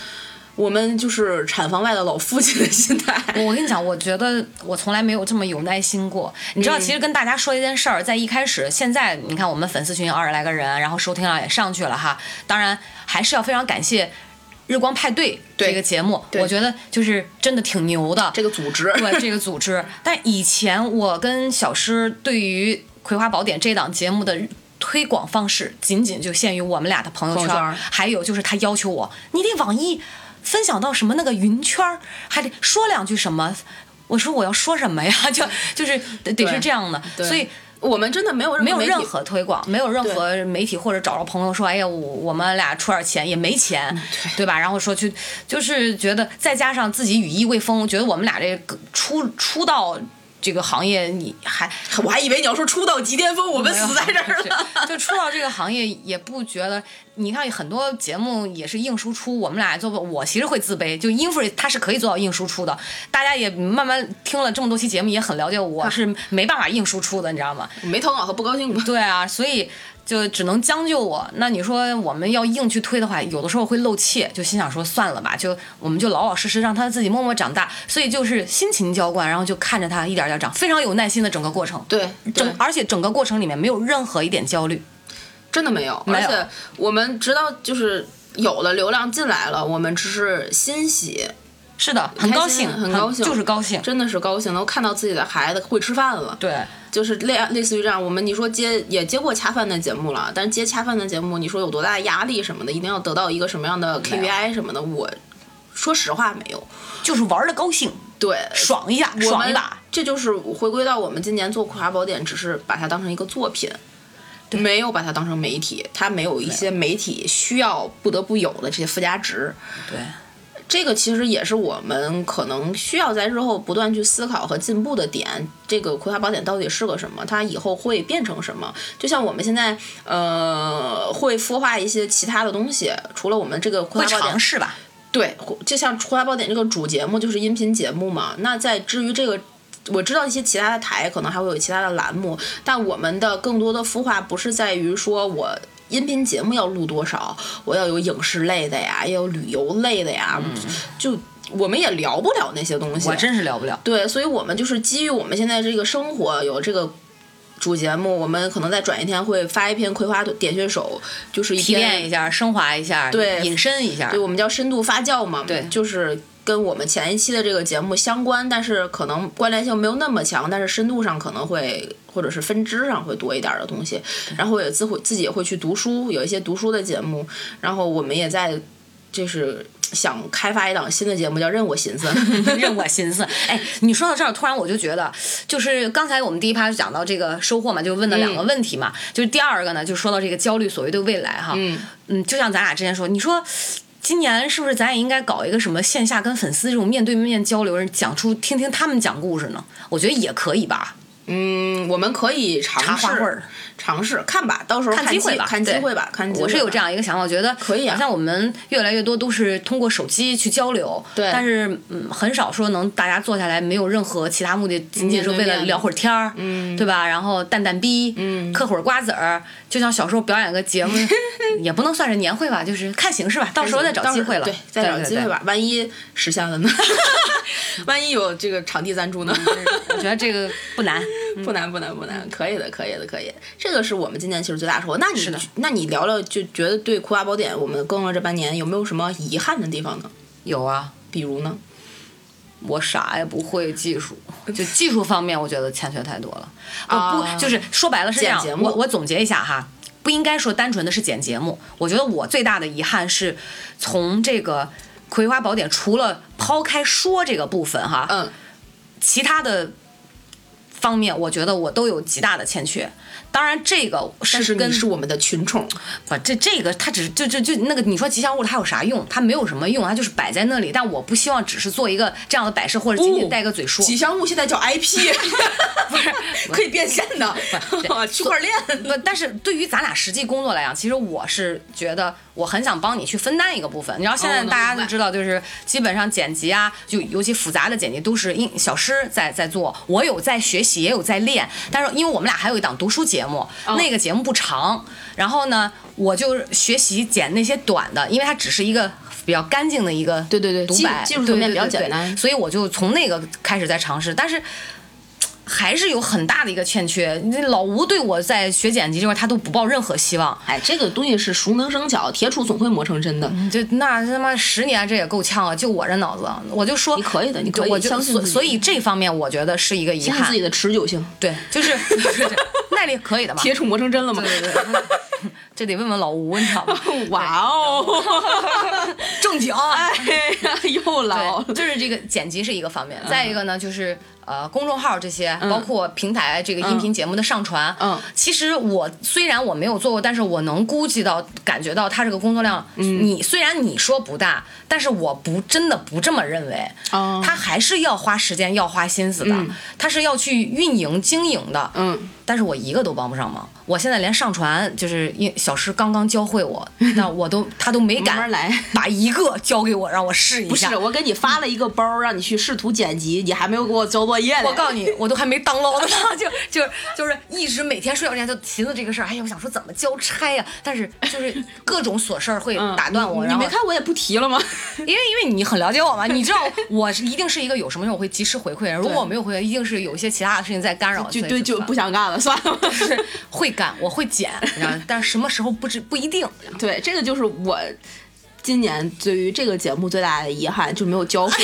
我们就是产房外的老父亲的心态。我跟你讲，我觉得我从来没有这么有耐心过。你知道，其实跟大家说一件事儿，在一开始，现在你看我们粉丝群有二十来个人，然后收听量也上去了哈。当然，还是要非常感谢《日光派对》对这个节目，对我觉得就是真的挺牛的。 这个组织， 对这个组织。但以前我跟小诗对于《葵花宝典》这档节目的推广方式，仅仅就限于我们俩的朋友圈，朋友圈还有就是他要求我，你得网易分享到什么那个云圈儿，还得说两句什么。我说我要说什么呀？ 就就是得得是对这样的，对所以我们真的没有任何没有媒体任何推广，没有任何媒体或者找着朋友说，哎呀，我我们俩出点钱也没嗯钱，对吧？然后说去，就是觉得再加上自己羽翼未丰，觉得我们俩这个出出道这个行业，你还 我还以为你要说出道即巅峰，我们死在这儿了。是就出道这个行业也不觉得，你看很多节目也是硬输出，我们俩做不，我其实会自卑，就 Infree 它是可以做到硬输出的，大家也慢慢听了这么多期节目，也很了解我是没办法硬输出的，你知道吗？没头脑和不高兴吧？对啊，所以就只能将就我。那你说我们要硬去推的话，有的时候会漏气，就心想说算了吧，就我们就老老实实让他自己默默长大。所以就是辛勤浇灌，然后就看着他一点儿点儿长，非常有耐心的整个过程。对，整而且整个过程里面没有任何一点焦虑。真的没有，没而有且我们直到就是有了流量进来了，我们只是欣喜，是的，很高兴，开心很高兴，就是高兴。真的是高兴，能看到自己的孩子会吃饭了，对，就是类类似于这样。我们你说接也接过恰饭的节目了，但是接恰饭的节目，你说有多大的压力什么的，一定要得到一个什么样的没有 KPI 什么的，我说实话没有，就是玩的高兴，对，爽一下，我爽一们把。这就是回归到我们今年做《葵花宝典》，只是把它当成一个作品，没有把它当成媒体，它没有一些媒体需要不得不有的这些附加值。对，这个其实也是我们可能需要在日后不断去思考和进步的点。这个《葵花宝典》到底是个什么？它以后会变成什么？就像我们现在呃会孵化一些其他的东西，除了我们这个《葵会花宝典尝》试吧。对，就像《葵花宝典》这个主节目就是音频节目嘛。那在至于这个，我知道一些其他的台可能还会有其他的栏目，但我们的更多的孵化不是在于说我。音频节目要录多少？我要有影视类的呀，要有旅游类的呀，就我们也聊不了那些东嗯西。我真是聊不了。对，所以我们就是基于我们现在这个生活有这个主节目，我们可能再转一天会发一篇《葵花点穴手》，就是一提篇炼一下，升华一下，对引申一下对，，我们叫深度发酵嘛，对。就是跟我们前一期的这个节目相关，但是可能关联性没有那么强，但是深度上可能会或者是分支上会多一点儿的东西。然后也自会自己也会去读书，有一些读书的节目，然后我们也在就是想开发一档新的节目，叫《任我寻思》任我心思。哎，你说到这儿，突然我就觉得，就是刚才我们第一趴就讲到这个收获嘛，就问了两个问题嗯嗯嘛，就是第二个呢，就说到这个焦虑，所谓对未来哈，嗯就像咱俩之前说，你说今年是不是咱也应该搞一个什么线下跟粉丝这种面对面交流，讲出听听他们讲故事呢？我觉得也可以吧。嗯，我们可以茶尝话会试儿，尝试看吧，到时候看机机会吧看机对会吧，看机会吧。我是有这样一个想法，我觉得可以啊好像我们越来越多都是通过手机去交流，对但是嗯，很少说能大家坐下来没有任何其他目的，仅仅是为面对了面聊会儿天儿，嗯，对吧？然后蛋蛋逼，嗯，嗑会儿瓜子儿，就像小时候表演个节 目，也不能算是年会吧，就是看形式吧，到时候再找到机会了，对，再找机会对。吧。万一实现了呢？ 万一有这个场地赞助呢？对我觉得这个不 难，不难，不难，不难，可以的，可以的，可以。这个是我们今年其实最大的收获。那你是的那你聊聊，就觉得对《葵花宝典》我们更了这半年有没有什么遗憾的地方呢？有啊，比如呢？我啥也不会，技术就技术方面，我觉得欠缺太多了。我哎啊不就是说白了是这样剪节，目我我总结一下哈，不应该说单纯的是剪节目。我觉得我最大的遗憾是从这个《葵花宝典》除了抛开说这个部分哈，嗯，其他的方面，我觉得我都有极大的欠缺。当然，这个但是跟你是我们的群宠，不，这这个它只是就就就那个，你说吉祥物它有啥用？它没有什么用，它就是摆在那里。但我不希望只是做一个这样的摆设，或者仅仅带个嘴说。吉祥物现在叫 IP，不是可以变现的，区块链。不，但是对于咱俩实际工作来讲，其实我是觉得我很想帮你去分担一个部分。你知道现哦在我能大家明白都知道，就是基本上剪辑啊，就尤其复杂的剪辑都是应小师在在做，我有在学习，也有在练。但是因为我们俩还有一档读书节目，哦那个节目不长，然后呢，我就学习剪那些短的，因为它只是一个。比较干净的一个对对对独技白技术对层面对比较对对简单所以我就从那个开始在尝试，但是还是有很大的一个欠缺。那老吴对我在学剪辑这块，他都不抱任何希望。哎，这个东西是熟能生巧，铁杵总会磨成针的。就那他妈十年这也够呛了，就我这脑子，我就说你可以的你可以我就相信所自己所以这方面我觉得是一个遗相信自憾己，的持久性，对，就是耐力可以的嘛，铁杵磨成针了吗？对对对，这得问问老吴，你知道吗？ 哇哦，正经，啊哎 呀，又老了对，。就是这个剪辑是一个方嗯面，再一个呢就是呃公众号这些，包括平台这个音频节目的上传。嗯其实我虽然我没有做过，但是我能估计到、感觉到它这个工作量。嗯你虽然你说不大，但是我不真的不这么认为。哦它还是要花时间、要花心思的，它是要去运营、经营的。嗯，但是我一个都帮不上忙。我现在连上传就是因小师刚刚教会我，那我都他都没敢慢慢来把一个交给我让我试一 不下。是，我给你发了一个包，让你去试图剪辑，你还没有给我交作业嘞。我告诉你，我都还没当捞呢，就就就是一直每天睡觉之前就寻思这个事儿。哎呀，我想说怎么交差呀、但是就是各种琐事儿会嗯打断我。你然后没看我也不提 了吗？因为因为你很了解我嘛，你知道我是一定是一个有什么事儿我会及时回馈的人。如果我没有回馈，一定是有一些其他的事情在干扰。就所以对，就算不想干了，算 了吧。是会干，我会剪，然后但是什么时候不知不一定。对，这个就是我今年对于这个节目最大的遗憾，就没有教 会。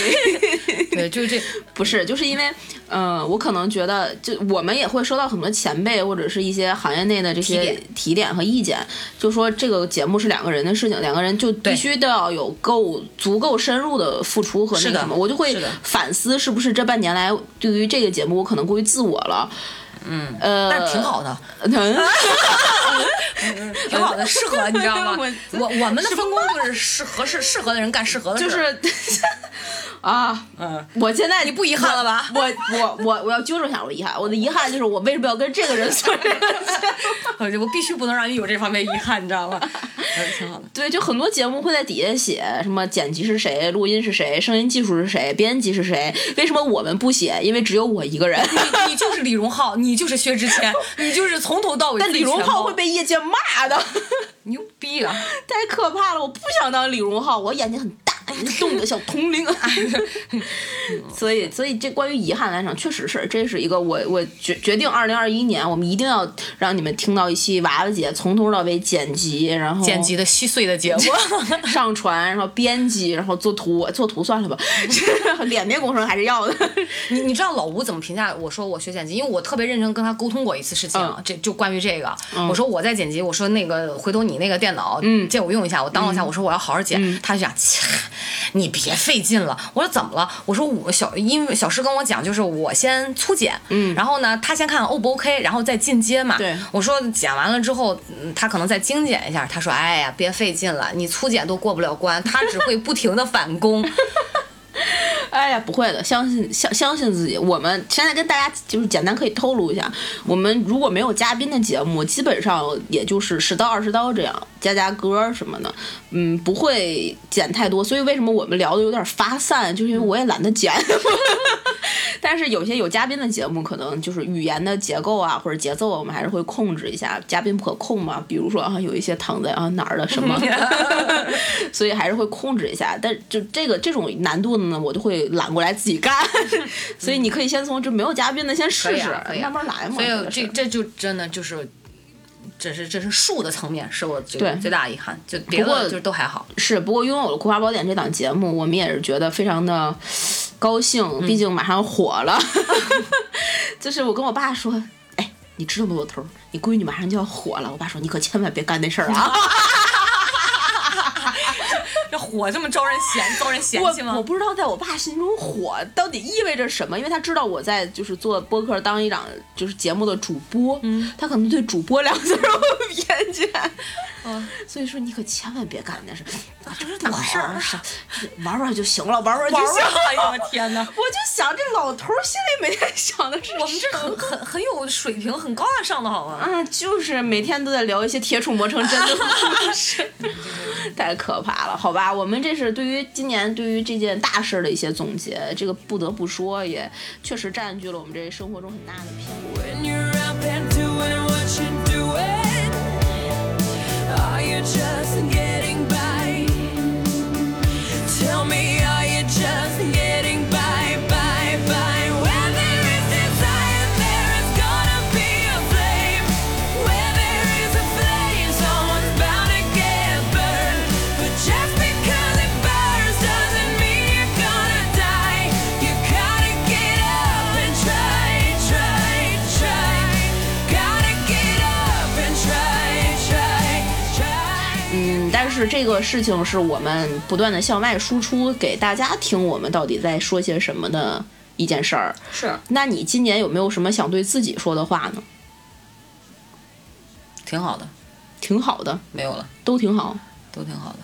对，就是这不是，就是因为，呃，我可能觉得，就我们也会收到很多前辈或者是一些行业内的这提些点提点和意见，就说这个节目是两个人的事情，两个人就必对须都要有够足够深入的付出和那是个的什么，我就会是的反思是不是这半年来对于这个节目我可能过于自我 了，嗯， 呃，但是挺好的， 嗯。？挺好的，适合你知道吗 我我我们的分工就是适合适适合的人干适合的事就儿，是 啊，嗯，我现在你不遗憾了吧我我我我要纠正一下我的遗憾，我的遗憾就是我为什么要跟这个人 做这个节目？我 就我必须不能让你有这方面遗憾，你知 道吗？嗯，挺好的。对，就很多节目会在底下写什么剪辑是谁，录音是谁，声音技术是谁，编辑是谁，为什么我们不写？因为只有我一 个人。 你你就是李荣浩，你就是薛之谦，你就是从头到尾。但李荣浩会被被业界骂的， 牛逼啊！太可怕了！我不想当李荣浩，我眼睛很大，哎动的小铜铃。啊 所以，所以这关于遗憾来讲，确实是这是一个我我决决定，二零二一年我们一定要让你们听到一期娃娃姐从头到尾剪辑，然后剪辑的稀碎的 节目，上传，然后编辑，然后做图，做图算了吧， 脸面工程还是要的。 你你知道老吴怎么评价我说我学剪辑？因为我特别认真跟他沟通过一次事情，嗯这就关于这个，我说我在剪嗯辑，我说那个回头你那个电脑借我用一下，我当了一下，我说我要好好剪，他就想，切你别费劲了。我说怎么了？我说我小因为小诗跟我讲，就是我先粗剪，嗯，然后呢，他先看看 O 不 OK，然后再进阶嘛。对我说剪完了之后，嗯他可能再精简一下。他说，哎呀，别费劲了，你粗剪都过不了关，他只会不停的返工。哎呀，不会的，相信相相信自己。我们现在跟大家就是简单可以透露一下，我们如果没有嘉宾的节目，基本上也就是十刀二十刀这样，加加歌什么的，嗯，不会剪太多。所以为什么我们聊的有点发散，就是因为我也懒得剪。但是有些有嘉宾的节目，可能就是语言的结构啊，或者节奏啊，我们还是会控制一下。嘉宾不可控嘛，比如说啊，有一些躺在啊哪儿的 什么，所以还是会控制一下。但就这个这种难度呢，我就会揽过来自己干。 所以你可以先从就没有嘉宾的先试可试，以啊可以啊慢慢来嘛。所以个这是这就真的就是，这是这是术的层面，是我最对最大的遗憾。就别不过的就是都还好。是，不过拥有了《葵花宝典》这档节目，我们也是觉得非常的高兴，嗯毕竟马上火了。 就是我跟我爸说，哎，你知道吗，老头儿，你闺女马上就要火了。我爸说，你可千万别干那事儿啊！这火这么招人嫌，招人 嫌弃我我吗？不知道在我爸心中火到底意味着什么，因为他知道我在就是做播客当一档就是节目的主播，嗯他可能对主播两个字儿有偏见，哦所以说你可千万别干那事儿，啊这是哪 事儿？玩玩就行了，玩玩就玩行玩了。哎呦我天哪！我就想这老头儿心里每天想的是我们这 很很很有水平，很高大上的好吗？啊，就是每天都在聊一些铁杵磨成针的故事， 太可怕了，好吧？我们这是对于今年对于这件大事儿的一些总结，这个不得不说，也确实占据了我们这生活中很大的篇幅。 When you're up and doing what you're doing, are you just getting by? Tell me, are you just getting by, by, by? When there is desire, there is gonna be a flame. Where there is a flame, someone's bound to get burned. But just because it burns doesn't mean you're gonna die. You gotta get up and try, try, try. Gotta get up and try, try, try. 嗯，但是这个事情是我们不断的向外输出给大家听，我们到底在说些什么的一件事儿。是那你今年有没有什么想对自己说的话呢？挺好的，挺好的，没有了，都挺好。都挺好的。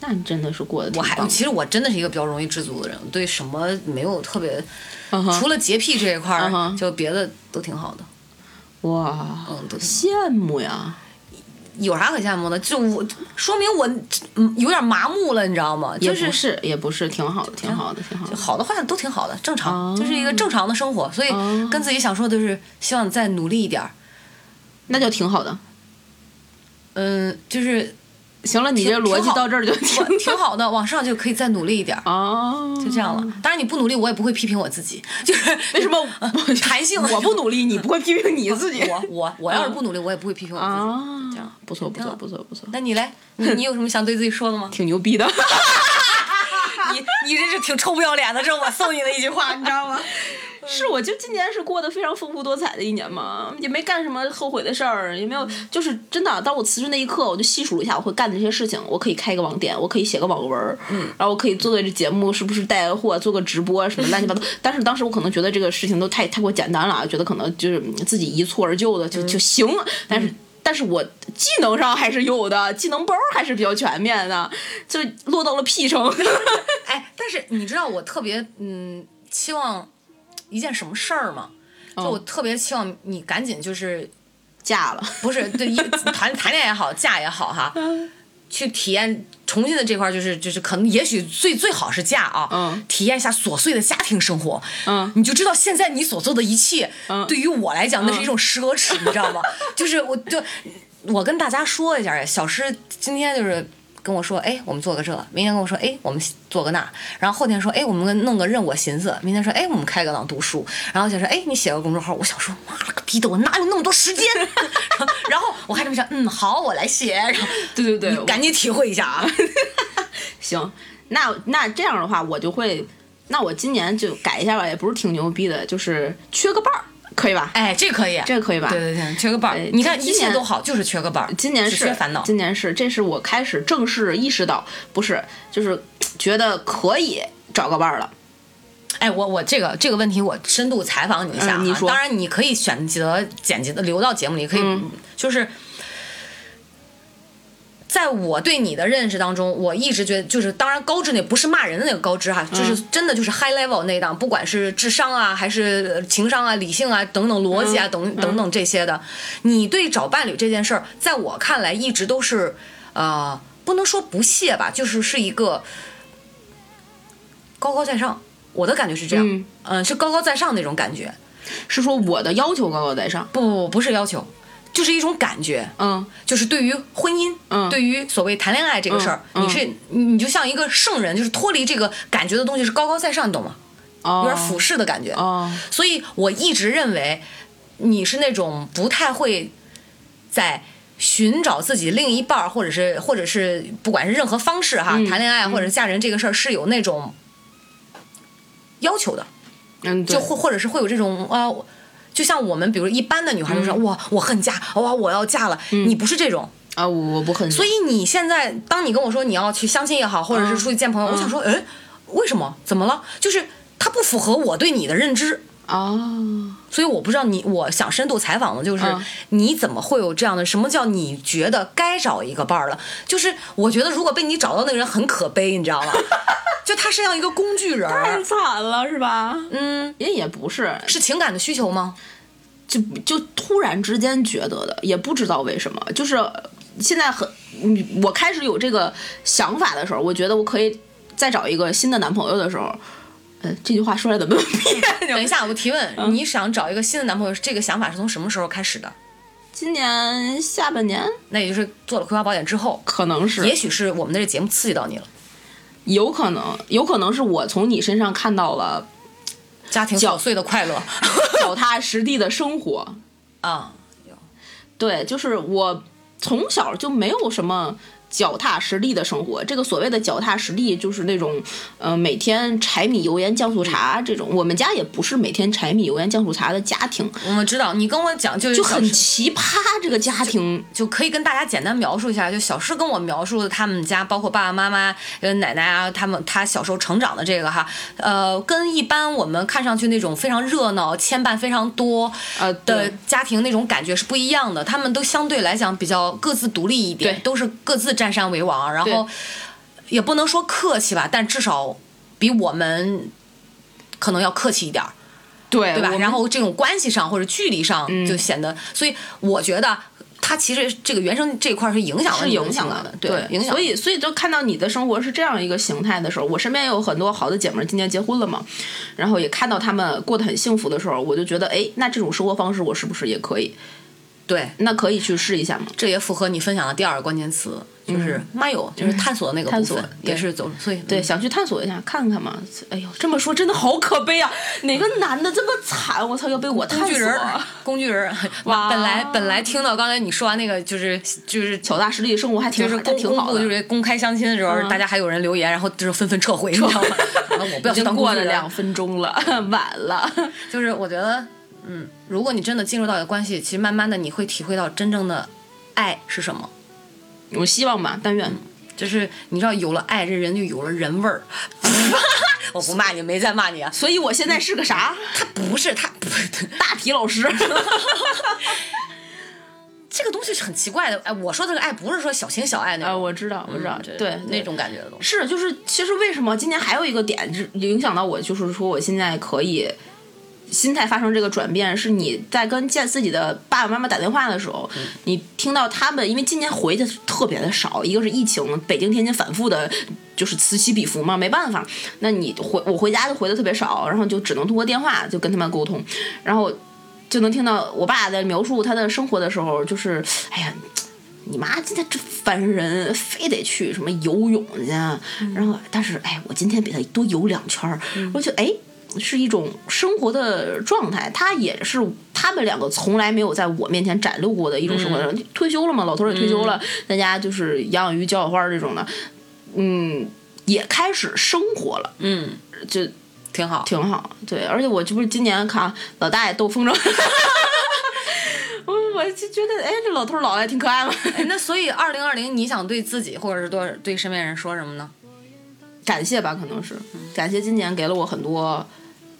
那你真的是过得挺我还棒的其实我真的是一个比较容易知足的人，我对什么没有特别，嗯哼除了洁癖这一块嗯儿，哼就别的都挺好的。哇，嗯，都挺好羡慕呀！有啥可羡慕的？就我说明我嗯有点麻木了，你知道吗？也就嗯不是是，也不是，挺好的，挺好的，挺好的。好的坏的都挺好的，正常，哦就是一个正常的生活。所以哦跟自己想说的就是，希望你再努力一点儿。那就挺好的。嗯，就是行了，你这挺逻挺辑好到这儿就我 挺挺好的，往上就可以再努力一点儿， 哦，就这样了。当然你不努力，我也不会批评我自己，就是呃为 什么我弹性我 不努力，你不会批评你自己？嗯我 我我要是不努力，我也不会批评我自己。啊这样，不错不挺错好不错不错，？那你嘞？你你有什么想对自己说的吗 挺牛逼的。你你这是挺臭不要脸的，这是我送你的一句 话，你知道吗？是，我就今年是过得非常丰富多彩的一年嘛，也没干什么后悔的事儿，也没有，嗯就是真的，当我辞职那一刻，我就细数了一下我会干的这些事情，我可以开一个网店，我可以写个网文儿，嗯然后我可以做做这节目，是不是带货，做个直播什么乱七 八糟。但是当时我可能觉得这个事情都太太过简单了啊，觉得可能就是自己一蹴而就的嗯就就行，但是。但是我技能上还是有的，技能包还是比较全面的，就落到了 P 城。哎，但是你知道我特别嗯期望一件什么事儿吗？就哦我特别期望你赶紧就是 嫁了，不是对一谈谈恋爱也好， 嫁也好哈，去体验重庆的这块儿就是就是可能也许最最好是嫁啊，嗯体验一下琐碎的家庭生活，嗯你就知道现在你所做的一切，嗯对于我来讲那是一种奢侈，你知道 吗？就是我就我跟大家说一下，小诗今天就是。跟我说，哎，我们做个这；明天跟我说，哎，我们做个那；然后后天说，哎，我们弄个任我寻思；明天说，哎，我们开个朗读书；然后想说，哎，你写个公众号。我想说，妈了个逼的，我哪有那么多 时间？然后我还这么想，嗯，好，我来写。然后对对对，你赶紧体会一下 啊！行，那那这样的话，我就会，那我今年就改一下吧，也不是挺牛逼的，就是缺个伴儿，可以吧？哎，这可以，这个可以吧？对对对，缺个伴哎儿。你看今一切年都好，就是缺个伴儿。今年只是缺烦恼。今年是，这是我开始正式意识到，不是，就是觉得可以找个伴儿了。哎，我我这个这个问题，我深度采访你一下、啊嗯你说嗯当然，你可以选择剪辑的留到节目里，可以、就是。在我对你的认识当中，我一直觉得就是，当然高知那不是骂人的那个高知哈，就是嗯真的就是 high level 那一档，不管是智商啊，还是呃情商啊、理性啊等等逻辑嗯啊、等等等这些的，你对找伴侣这件事儿，在我看来一直都是呃，不能说不屑吧，就是是一个高高在上，我的感觉是这样，嗯嗯、是高高在上那种感觉，是说我的要求高高在上，不不不不是要求，就是一种感觉，嗯，就是对于婚姻，嗯对于所谓谈恋爱这个事儿，嗯嗯你是你你就像一个圣人，就是脱离这个感觉的东西是高高在上，你懂吗？有有点俯视的感觉。哦，所以我一直认为你是那种不太会在寻找自己另一半儿，或者是或者是不管是任何方式哈，嗯谈恋爱或者是嫁人这个事儿是有那种要求的。嗯，对就或或者是会有这种啊、呃就像我们比如一般的女孩就嗯说、哇我恨嫁哇我要嫁了，你不是这种，啊，我我不很，所以你现在当你跟我说你要去相亲也好，或者是嗯出去见朋友，我想说，哎，为什么？怎么了？就是它不符合我对你的认知。哦，所以我不知道你，我想深度采访的就是、嗯你怎么会有这样的？什么叫你觉得该找一个伴儿了？就是我觉得如果被你找到那个人很可悲，你知 道吗？就他是像一个工具人儿，惨了是吧？嗯，也也不是，是情感的需求吗？就就突然之间觉得的，也不知道为什么，就是现在很，嗯我开始有这个想法的时候，我觉得我可以再找一个新的男朋友的时候，呃，这句话说来怎么有别扭等一？下，我提问，嗯你想找一个新的男朋友，这个想法是从什么时候开始的？ 今年下半年那也就是做了《葵花宝典》之后，可能是，也许是我们的这节目刺激到你了，有可能，有可能是我从你身上看到了家庭脚琐碎的快乐脚踏实地的生活。啊。对，就是我从小就没有什么脚踏实地的生活。这个所谓的脚踏实地，就是那种呃每天柴米油盐酱醋茶这种。我们家也不是每天柴米油盐酱醋茶的家庭，我们知道，你跟我讲就是就小很时奇葩。这个家庭就可以跟大家简单描述一下，就小诗跟我描述的他们家，包括爸爸妈妈、呃奶奶啊，他们他小时候成长的这个哈，呃，跟一般我们看上去那种非常热闹、牵绊非常多呃的对家庭那种感觉是不一样的。他们都相对来讲比较各自独立一点，对都是各自占山为王，然后对也不能说客气吧，但至少比我们可能要客气一点儿。对嗯对吧？然后后这种关系上或者距离上就显得，所以我觉得它其实这个原生这一块是影响了是你的影响情感了的，，影影响。响。所以，所以就看到你的生活是这样一个形态的时候，我身边有很多好的姐妹儿今年结婚了嘛，然后也看到她们过得很幸福的时候，我就觉得，哎，那这种生活方式我是不是也可以？对，那可以去试一下吗？这也符合你分享的第二个关键词，就是妈有，就是探索的那个嗯探部索分，对也是走。所以嗯对，，想去探索一下，看看嘛。哎呦，这么说真的好可悲啊！哪个男的这么惨？我操，要被我 探工具索人儿啊，工具人 儿。哇本来本来听到刚才你说完那个，就是就是脚踏实地的生活还挺就是还公挺好公布的，就是公开相亲的时候，嗯大家还有人留言，然后就是纷纷撤回，你知道吗？ 完了我不要已去经当过工具了人儿两分钟了， 晚了。就是我觉得，嗯，如果你真的进入到一个关系，其实慢慢的你会体会到真正的爱是什么。我希望吧，但愿。就是你知道，有了爱，这人就有了人味 儿。 我不骂你，没在骂你啊。所以我现在是个啥？他不是他，不是大皮老师。 这个东西是很奇怪的。哎，我说这个爱不是说小情小爱那啊，种，我知道，我知道，这对那。种感觉的东西。是，就是其实为什么今年还有一个点是影响到我，就是说我现在可以心态发生这个转变，是你在跟见自己的爸爸妈妈打电话的时候，嗯你听到他们，因为今年回的特别的少，一个是疫情，北京、天津反复的。就是此起彼伏嘛，没办法。那你回我回家就回的特别少，然后就只能通过电话就跟他们沟通，然后就能听到我爸在描述他的生活的时候，就是哎呀，你妈今天真烦人，非得去什么游泳去，啊然后但是哎，我今天比她多游两圈儿，我就哎。是一种生活的状态，他也是他们两个从来没有在我面前展露过的一种生活。退休了嘛，老头儿也退休了，在家就是养养鱼、浇浇花儿这种的，嗯，也开始生活了，嗯，就挺好。挺好。对，而且我这不是今年看老大爷斗风筝， 我我就觉得哎，这老头儿老爱挺可爱嘛。哎那所以，二零二零，你想对自己或者是多对身边人说什么呢？感谢吧，可能是感谢今年给了我很多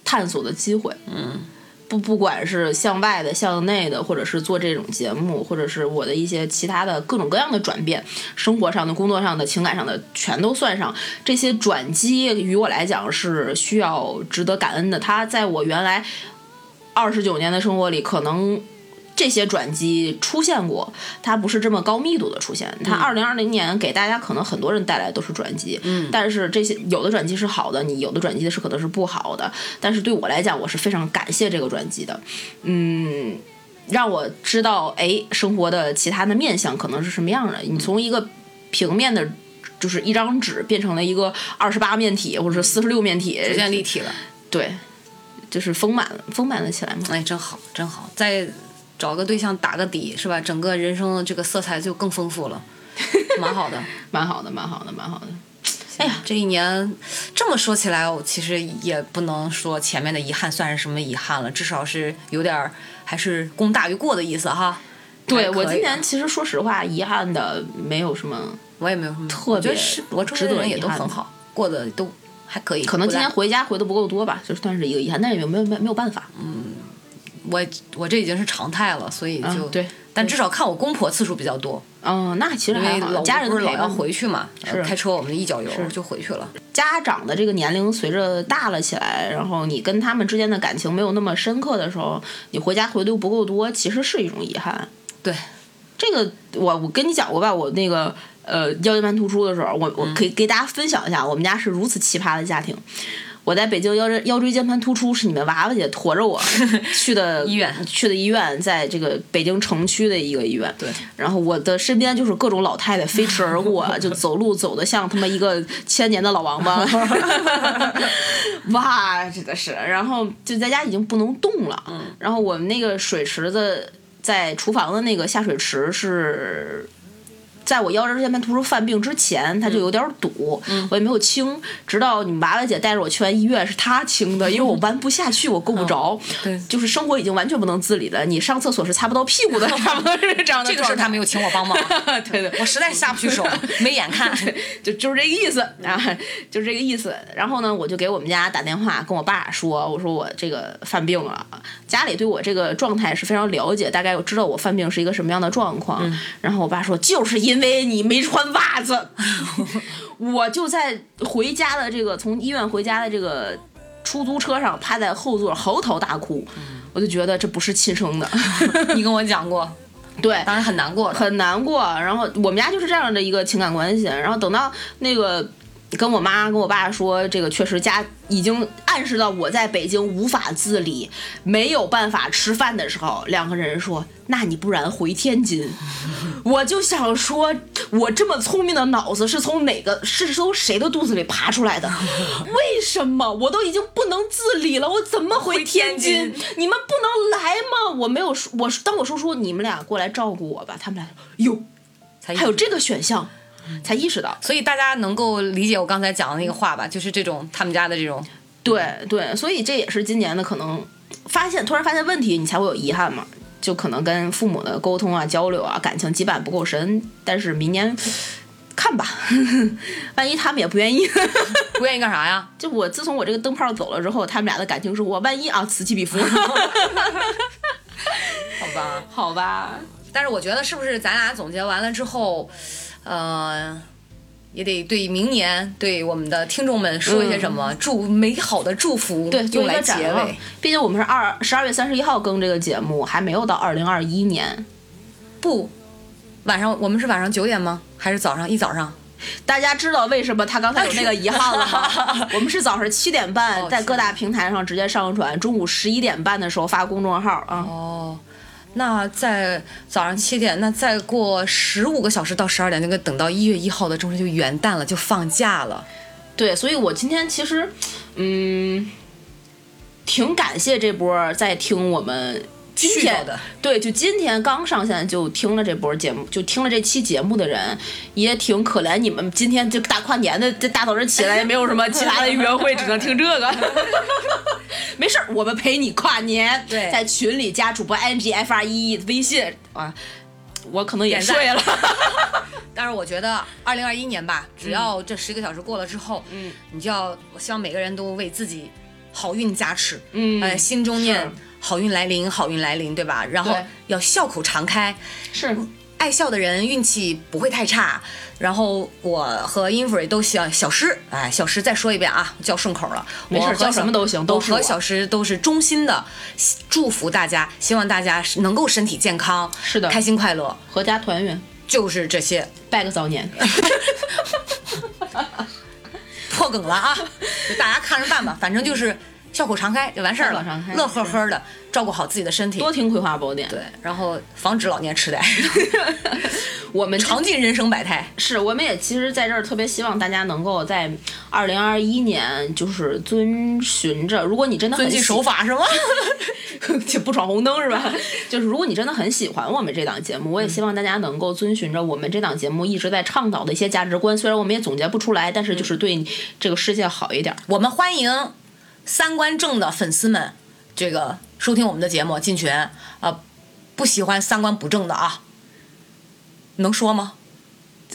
探索的机会。嗯，不不管是向外的、向内的，或者是做这种节目，或者是我的一些其他的各种各样的转变，生活上的、工作上的、情感上的，全都算上。这些转机于我来讲是需要值得感恩的。它在我原来二十九年的生活里，可能这些转机出现过，它不是这么高密度的出现。它二零二零年给大家可能很多人带来都是转机，嗯，但是这些有的转机是好的，你有的转机是可能是不好的。但是对我来讲，我是非常感谢这个转机的，嗯。让我知道，哎，生活的其他的面相可能是什么样的。你从一个平面的，就是一张纸，变成了一个二十八面体或者是四十六面体，逐渐立体了。对，就是丰满了，丰满了起来嘛。哎，真好，真好，再找个对象打个底是吧？整个人生的这个色彩就更丰富了，蛮好的。蛮好的，蛮好的，蛮好的。哎呀，这一年这么说起来，我其实也不能说前面的遗憾算是什么遗憾了，至少是有点儿还是功大于过的意思哈。对还可以我今啊年其实说实话，遗憾的没有什么，我也没有什么特我觉得别是我周值围得的人也遗都憾很的好，过得都还可以。可能今不年赖回家回的不够多吧，就是算是一个遗憾，但是也没有没有没有办法。我我这已经是常态了，所以就、嗯对。但至少看我公婆次数比较多，嗯，那其实因还为好，老家人不是老陪要伴回去嘛，呃是开车我们一脚油是就回去了。家长的这个年龄随着大了起来，然后你跟他们之间的感情没有那么深刻的时候，你回家回的又不够多，其实是一种遗憾。对，这个我我跟你讲过吧，我那个呃腰间盘突出的时候，我嗯我可以给大家分享一下，我们家是如此奇葩的家庭。我在北京腰椎腰椎间盘突出是你们娃娃姐驮着我去的 医院去的医院，在这个北京城区的一个医院。对，然后我的身边就是各种老太太飞驰而过，啊就走路走的像他妈一个千年的老王八，哇，真的是。然后就在家已经不能动了，嗯然后我们那个水池子在厨房的那个下水池是。在我腰椎间盘突出犯病之前，它就有点堵，嗯我也没有清。直到你们娃娃姐带着我去完医院，是她清的，因为我弯不下去，我够不着。嗯对就是生活已经完全不能自理了。你上厕所是擦不到屁 股的，差不多是这样的这个事儿状态他没有请我 帮忙，对对，我实在是下不去 手，没眼看。就就是这个意思啊，就是这个意思。然后呢，我就给我们家打电话，跟我爸说，我说我这个犯病了，家里对我这个状态是非常了解，大概我知道我犯病是一个什么样的状况。然后我爸说，就是因为你没穿袜子，我就在回家的这个从医院回家的这个出租车上趴在后座嚎啕大哭，我就觉得这不是亲生的， 你跟我讲过，对，当时很难过的。很难过。然后我们家就是这样的一个情感关系。然后等到那个跟我妈跟我爸说，这个确实家已经暗示到我在北京无法自理，没有办法吃饭的时候，两个人说：“那你不然回天津。”我就想说，我这么聪明的脑子是从哪个是从谁的肚子里爬出来的？为什么我都已经不能自理了，我怎么回天津？回天你们不能来吗？我没有说，我当我说说你们俩过来照顾我吧，他们俩说哟，才还有这个选项，才意识到。所以大家能够理解我刚才讲的那个话吧，就是这种他们家的这种，对对，所以这也是今年的可能发现，突然发现问题，你才会有遗憾嘛。就可能跟父母的沟通啊、交流啊、感情羁绊不够深，但是明年看吧， 万一他们也不愿意。 不愿意干啥呀？就我自从我这个灯泡走了之后，他们俩的感情生活，万一啊此起彼 伏。 好吧。好吧，但是我觉得是不是咱俩总结完了之后，呃，也得对明年对我们的听众们说一些什么，祝美好的祝福，嗯对，用来做一结个展望尾。。毕竟我们是二十二月三十一号更这个节目，还没有到二零二一年。不，晚上我们是晚上九点吗？还是早上一早上？大家知道为什么他刚才有那个遗憾了吗？我们是早上七点半哦在各大平台上直接上传，中午十一点半的时候发公众号啊。哦，那在早上七点，那再过十五个小时到十二点，那个等到一月一号的中秋就元旦了，就放假了。对，所以我今天其实，嗯，挺感谢这波在听我们。今絮叨天的对，就今天刚上线就听了这波节目，就听了这期节目的人，也挺可怜。你们今天这大跨年的，这大早晨起来也没有什么其 他的约会，只能听这个。 没事儿，我们陪你跨年。对 E 在群里加主播 n g f r e 微信啊，我可能也点赞 睡了。但是我觉得二零二一年吧，只要这十个小时过了之后，嗯，你就要，我希望每个人都为自己好运加持，嗯呃，心中念是好运来临，好运来临，对吧？然后对要笑口常开，是，爱笑的人运气不会太差。然后我和 Infree 都希望小诗，哎，小诗再说一遍啊，叫顺口了，没事我和叫小什么都行都是我我和小诗都是衷心的祝福大家，希望大家是能够身体健康，是的开心快乐，阖家团圆，就是这些。拜个 早年。破梗了啊，就大家看着办吧，反正就是笑口常开就完事儿笑口常了开，乐呵呵的，照顾好自己的身体，多听《葵花宝典》。对，然后防止老年痴呆， 我们尝尽人生百态。是，我们也其实在这儿特别希望大家能够在二零二一年，就是遵循着，如果你真的很遵纪喜守法是吗？ 就不闯红灯是吧？就是如果你真的很喜欢我们这档节目，我也希望大家能够遵循着我们这档节目一直在倡导的一些价值观，虽然我们也总结不出来，但是就是对这个世界好一点儿。我们欢迎三观正的粉丝们，这个收听我们的节目进群啊、呃不喜欢三观不正的啊，能说吗？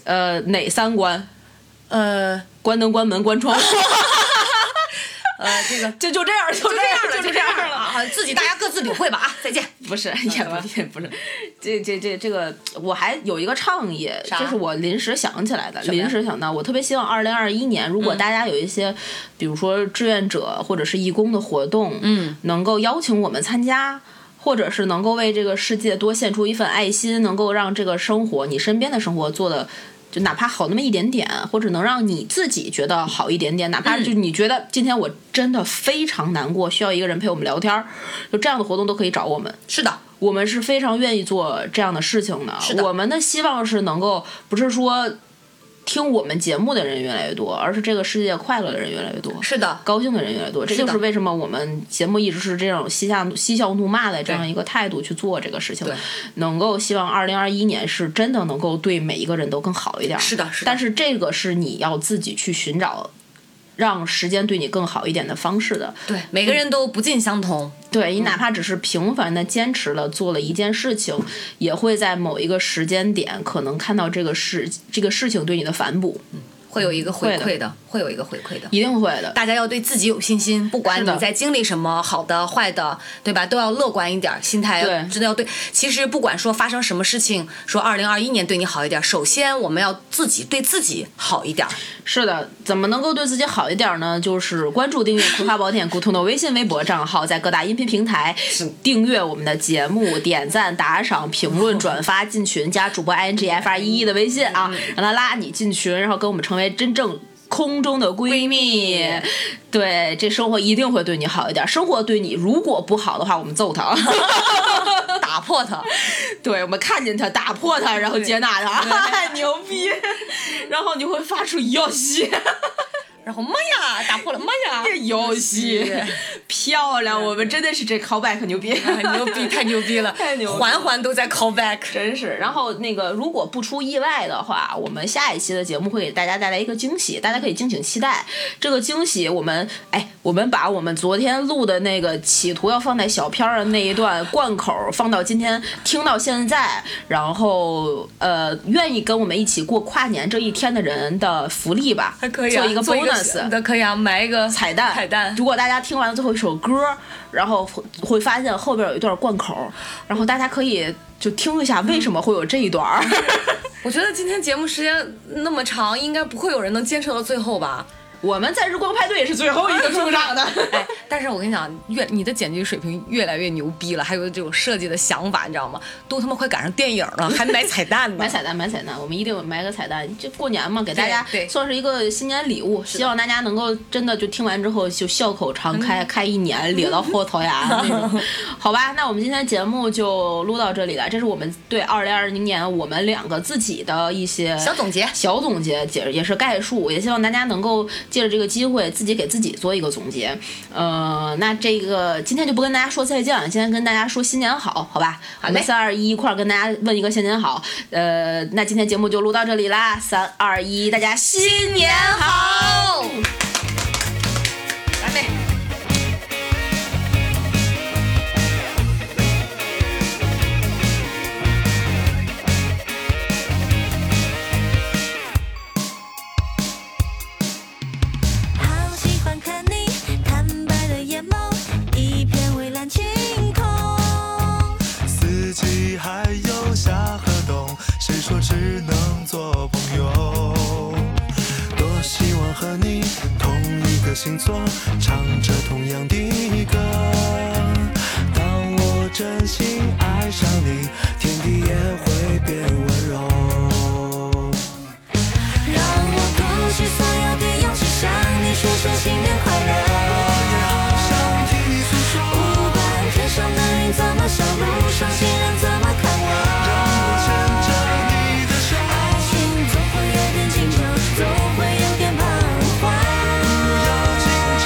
呃，哪三关？呃关灯、关门、关窗户， 呃，这个就就这样，就就 这样就了，这就样样了啊，自己大家各自领会吧啊，嗯再见。 不是，也不也不是，这这这这个，我还有一个倡议，啥这是我临时想起来的，么呀嗯临时想到，我特别希望二零二一年，如果大家有一些，比如说志愿者或者是义工的活动，嗯，能够邀请我们参加。或者是能够为这个世界多献出一份爱心，能够让这个生活，你身边的生活做的，就哪怕好那么一点点，或者能让你自己觉得好一点点，哪嗯怕就你觉得今天我真的非常难过，需要一个人陪我们聊天儿，就这样的活动都可以找我们。是的，我们是非常愿意做这样的事情的。是的我们的希望是能够，不是说听我们节目的人越来越多，而是这个世界快乐的人越来越多，是的，高兴的人越来越多。这是的就是为什么我们节目一直是这种嬉下嬉笑怒骂的这样一个态度去做这个事情对。能够希望二零二一年是真的能够对每一个人都更好一点。是的是的但是这个是你要自己去寻找。让时间对你更好一点的方式的，对，每个人都不尽相同。对你哪怕只是平凡的坚持了做了一件事情，也会在某一个时间点可能看到这个事这个事情对你的反哺，会有一个回嗯会馈的，会有一个回馈的。一定会的。大家要对自己有信心，不管是的你在经历什么，好的、坏的，对吧？都要乐观一点儿，心态对真的要对。其实不管说发生什么事情，说二零二一年对你好一点儿，首先我们要自己对自己好一点儿。 是的，怎么能够对自己好一点呢？就是关注、订阅《葵花宝典》古通的微信、微博账号，在各大音频平台订阅我们的节目，点赞、打赏、评论、转发、进群，加主播 i n g f r e e 的微信啊，让他拉你进群，然后跟我们成为真正。空中的闺蜜，对这生活一定会对你好一点。生活对你如果不好的话，我们揍他， 打破他。对，我们看见他，打破他，然后接纳他， 牛逼。然后你会发出哟 西。然后妈呀，打破了妈呀， 游戏 漂亮，我们真的是这 callback 牛 逼，牛逼，太牛逼了， 太牛逼了环环都在 call back。 真是。然后那个，如果不出意外的话，我们下一期的节目会给大家带来一个惊喜，大家可以敬请期待。这个惊喜，我们哎，我们把我们昨天录的那个企图要放在小片儿的那一段贯口儿放到今天，听到现在，然后呃，愿意跟我们一起过跨年这一天的人的福利吧，还可以、啊、做一个 bonus，那可以啊，买一个彩蛋，彩蛋如果大家听完了最后一首歌，然后会会发现后边有一段贯口，然后大家可以就听一下为什么会有这一段 儿。我觉得今天节目时间那么长，应该不会有人能坚持到最后吧？我们在日光派对也是最后一个出场的。 哎，但是我跟你讲，越你的剪辑水平越来越牛逼了，还有这种设计的想法，你知道吗？都他妈快赶上电影了，还买彩蛋呢 买。彩蛋，买彩蛋，我们一定买个彩蛋。这过年嘛，给大家对对算是一个新年礼物，希望大家能够真的就听完之后就笑口常开，开一年咧到后槽牙那 种。好吧，那我们今天节目就录到这里了。这是我们对二零二零年我们两个自己的一些小总结小总结解也是概述，也希望大家能够借着这个机会自己给自己做一个总结。呃，那这个今天就不跟大家说再见了，今天跟大家说新年好，好吧？我们嘞三二一一块儿跟大家问一个新年好。呃，那今天节目就录到这里啦，三二一，大家新年好！来呗。 Thank 你，同一个星座，唱着同样的歌。当我真心爱上你，天地也会变温柔。让我鼓起所有的勇气，向你说声新年快乐。想听你诉说，不管天上的云怎么笑，路上行人怎么看我。让我牵着你的手，爱情总会有点紧张，总会有点彷徨。不要紧张，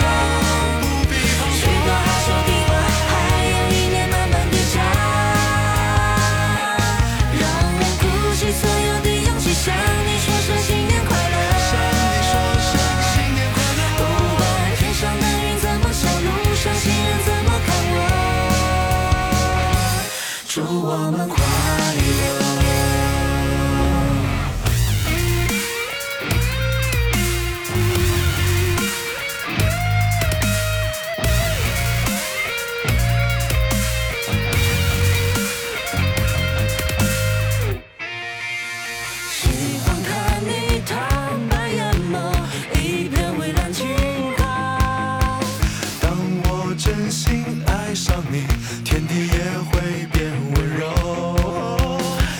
不必彷徨。许多害羞地方，还有一年慢慢对唱。让我鼓起所有的勇气，向你说声新年快乐。向你说声新年快乐。不管天上的云怎么笑，路上行人怎么看我。祝我们快乐。喜欢看你躺白眼眸，一片蔚蓝晴空。当我真心爱上你，天地也会变温柔。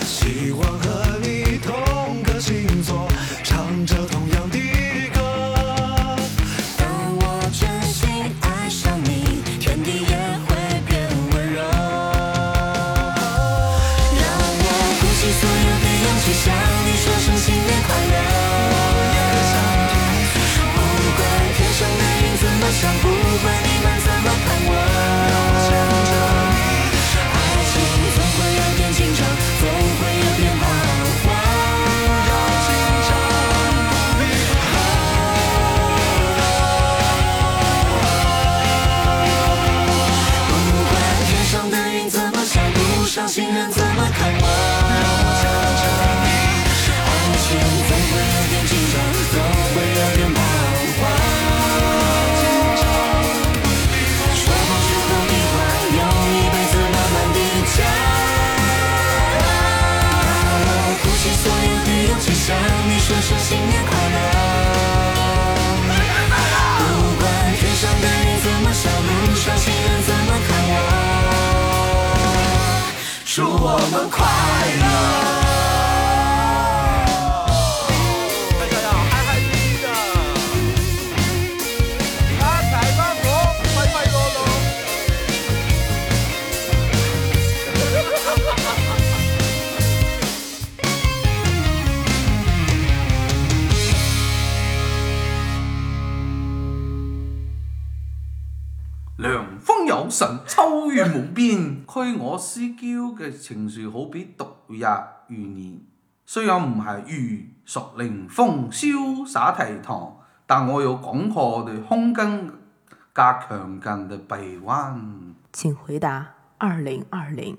希望和你同个星座，唱着同样的歌。当我真心爱上你，天地也会变温柔。让我鼓起所有的勇气，向你说声新年快乐。不管天上的云怎么想，不管你们怎么看我。爱情总会有点紧张，总会有点彷徨。不管天上的云怎么笑，路上行人怎么看我。爱情总会有点紧张，总会有点彷徨。说不出的秘话，用一辈子慢慢地讲。我鼓起所有的勇气，向你说声新年快乐。不管天上的云怎么笑，路上行人怎么看我，祝我们快乐。大家要嗨嗨皮的，发财发福，快快乐乐。涼風有神，秋月無邊。驅我思嬌嘅情樹，好比獨日如年。雖有唔係如熟凌風瀟灑倜傥，但我有廣闊的胸襟加強勁的臂彎。请回答二零二零。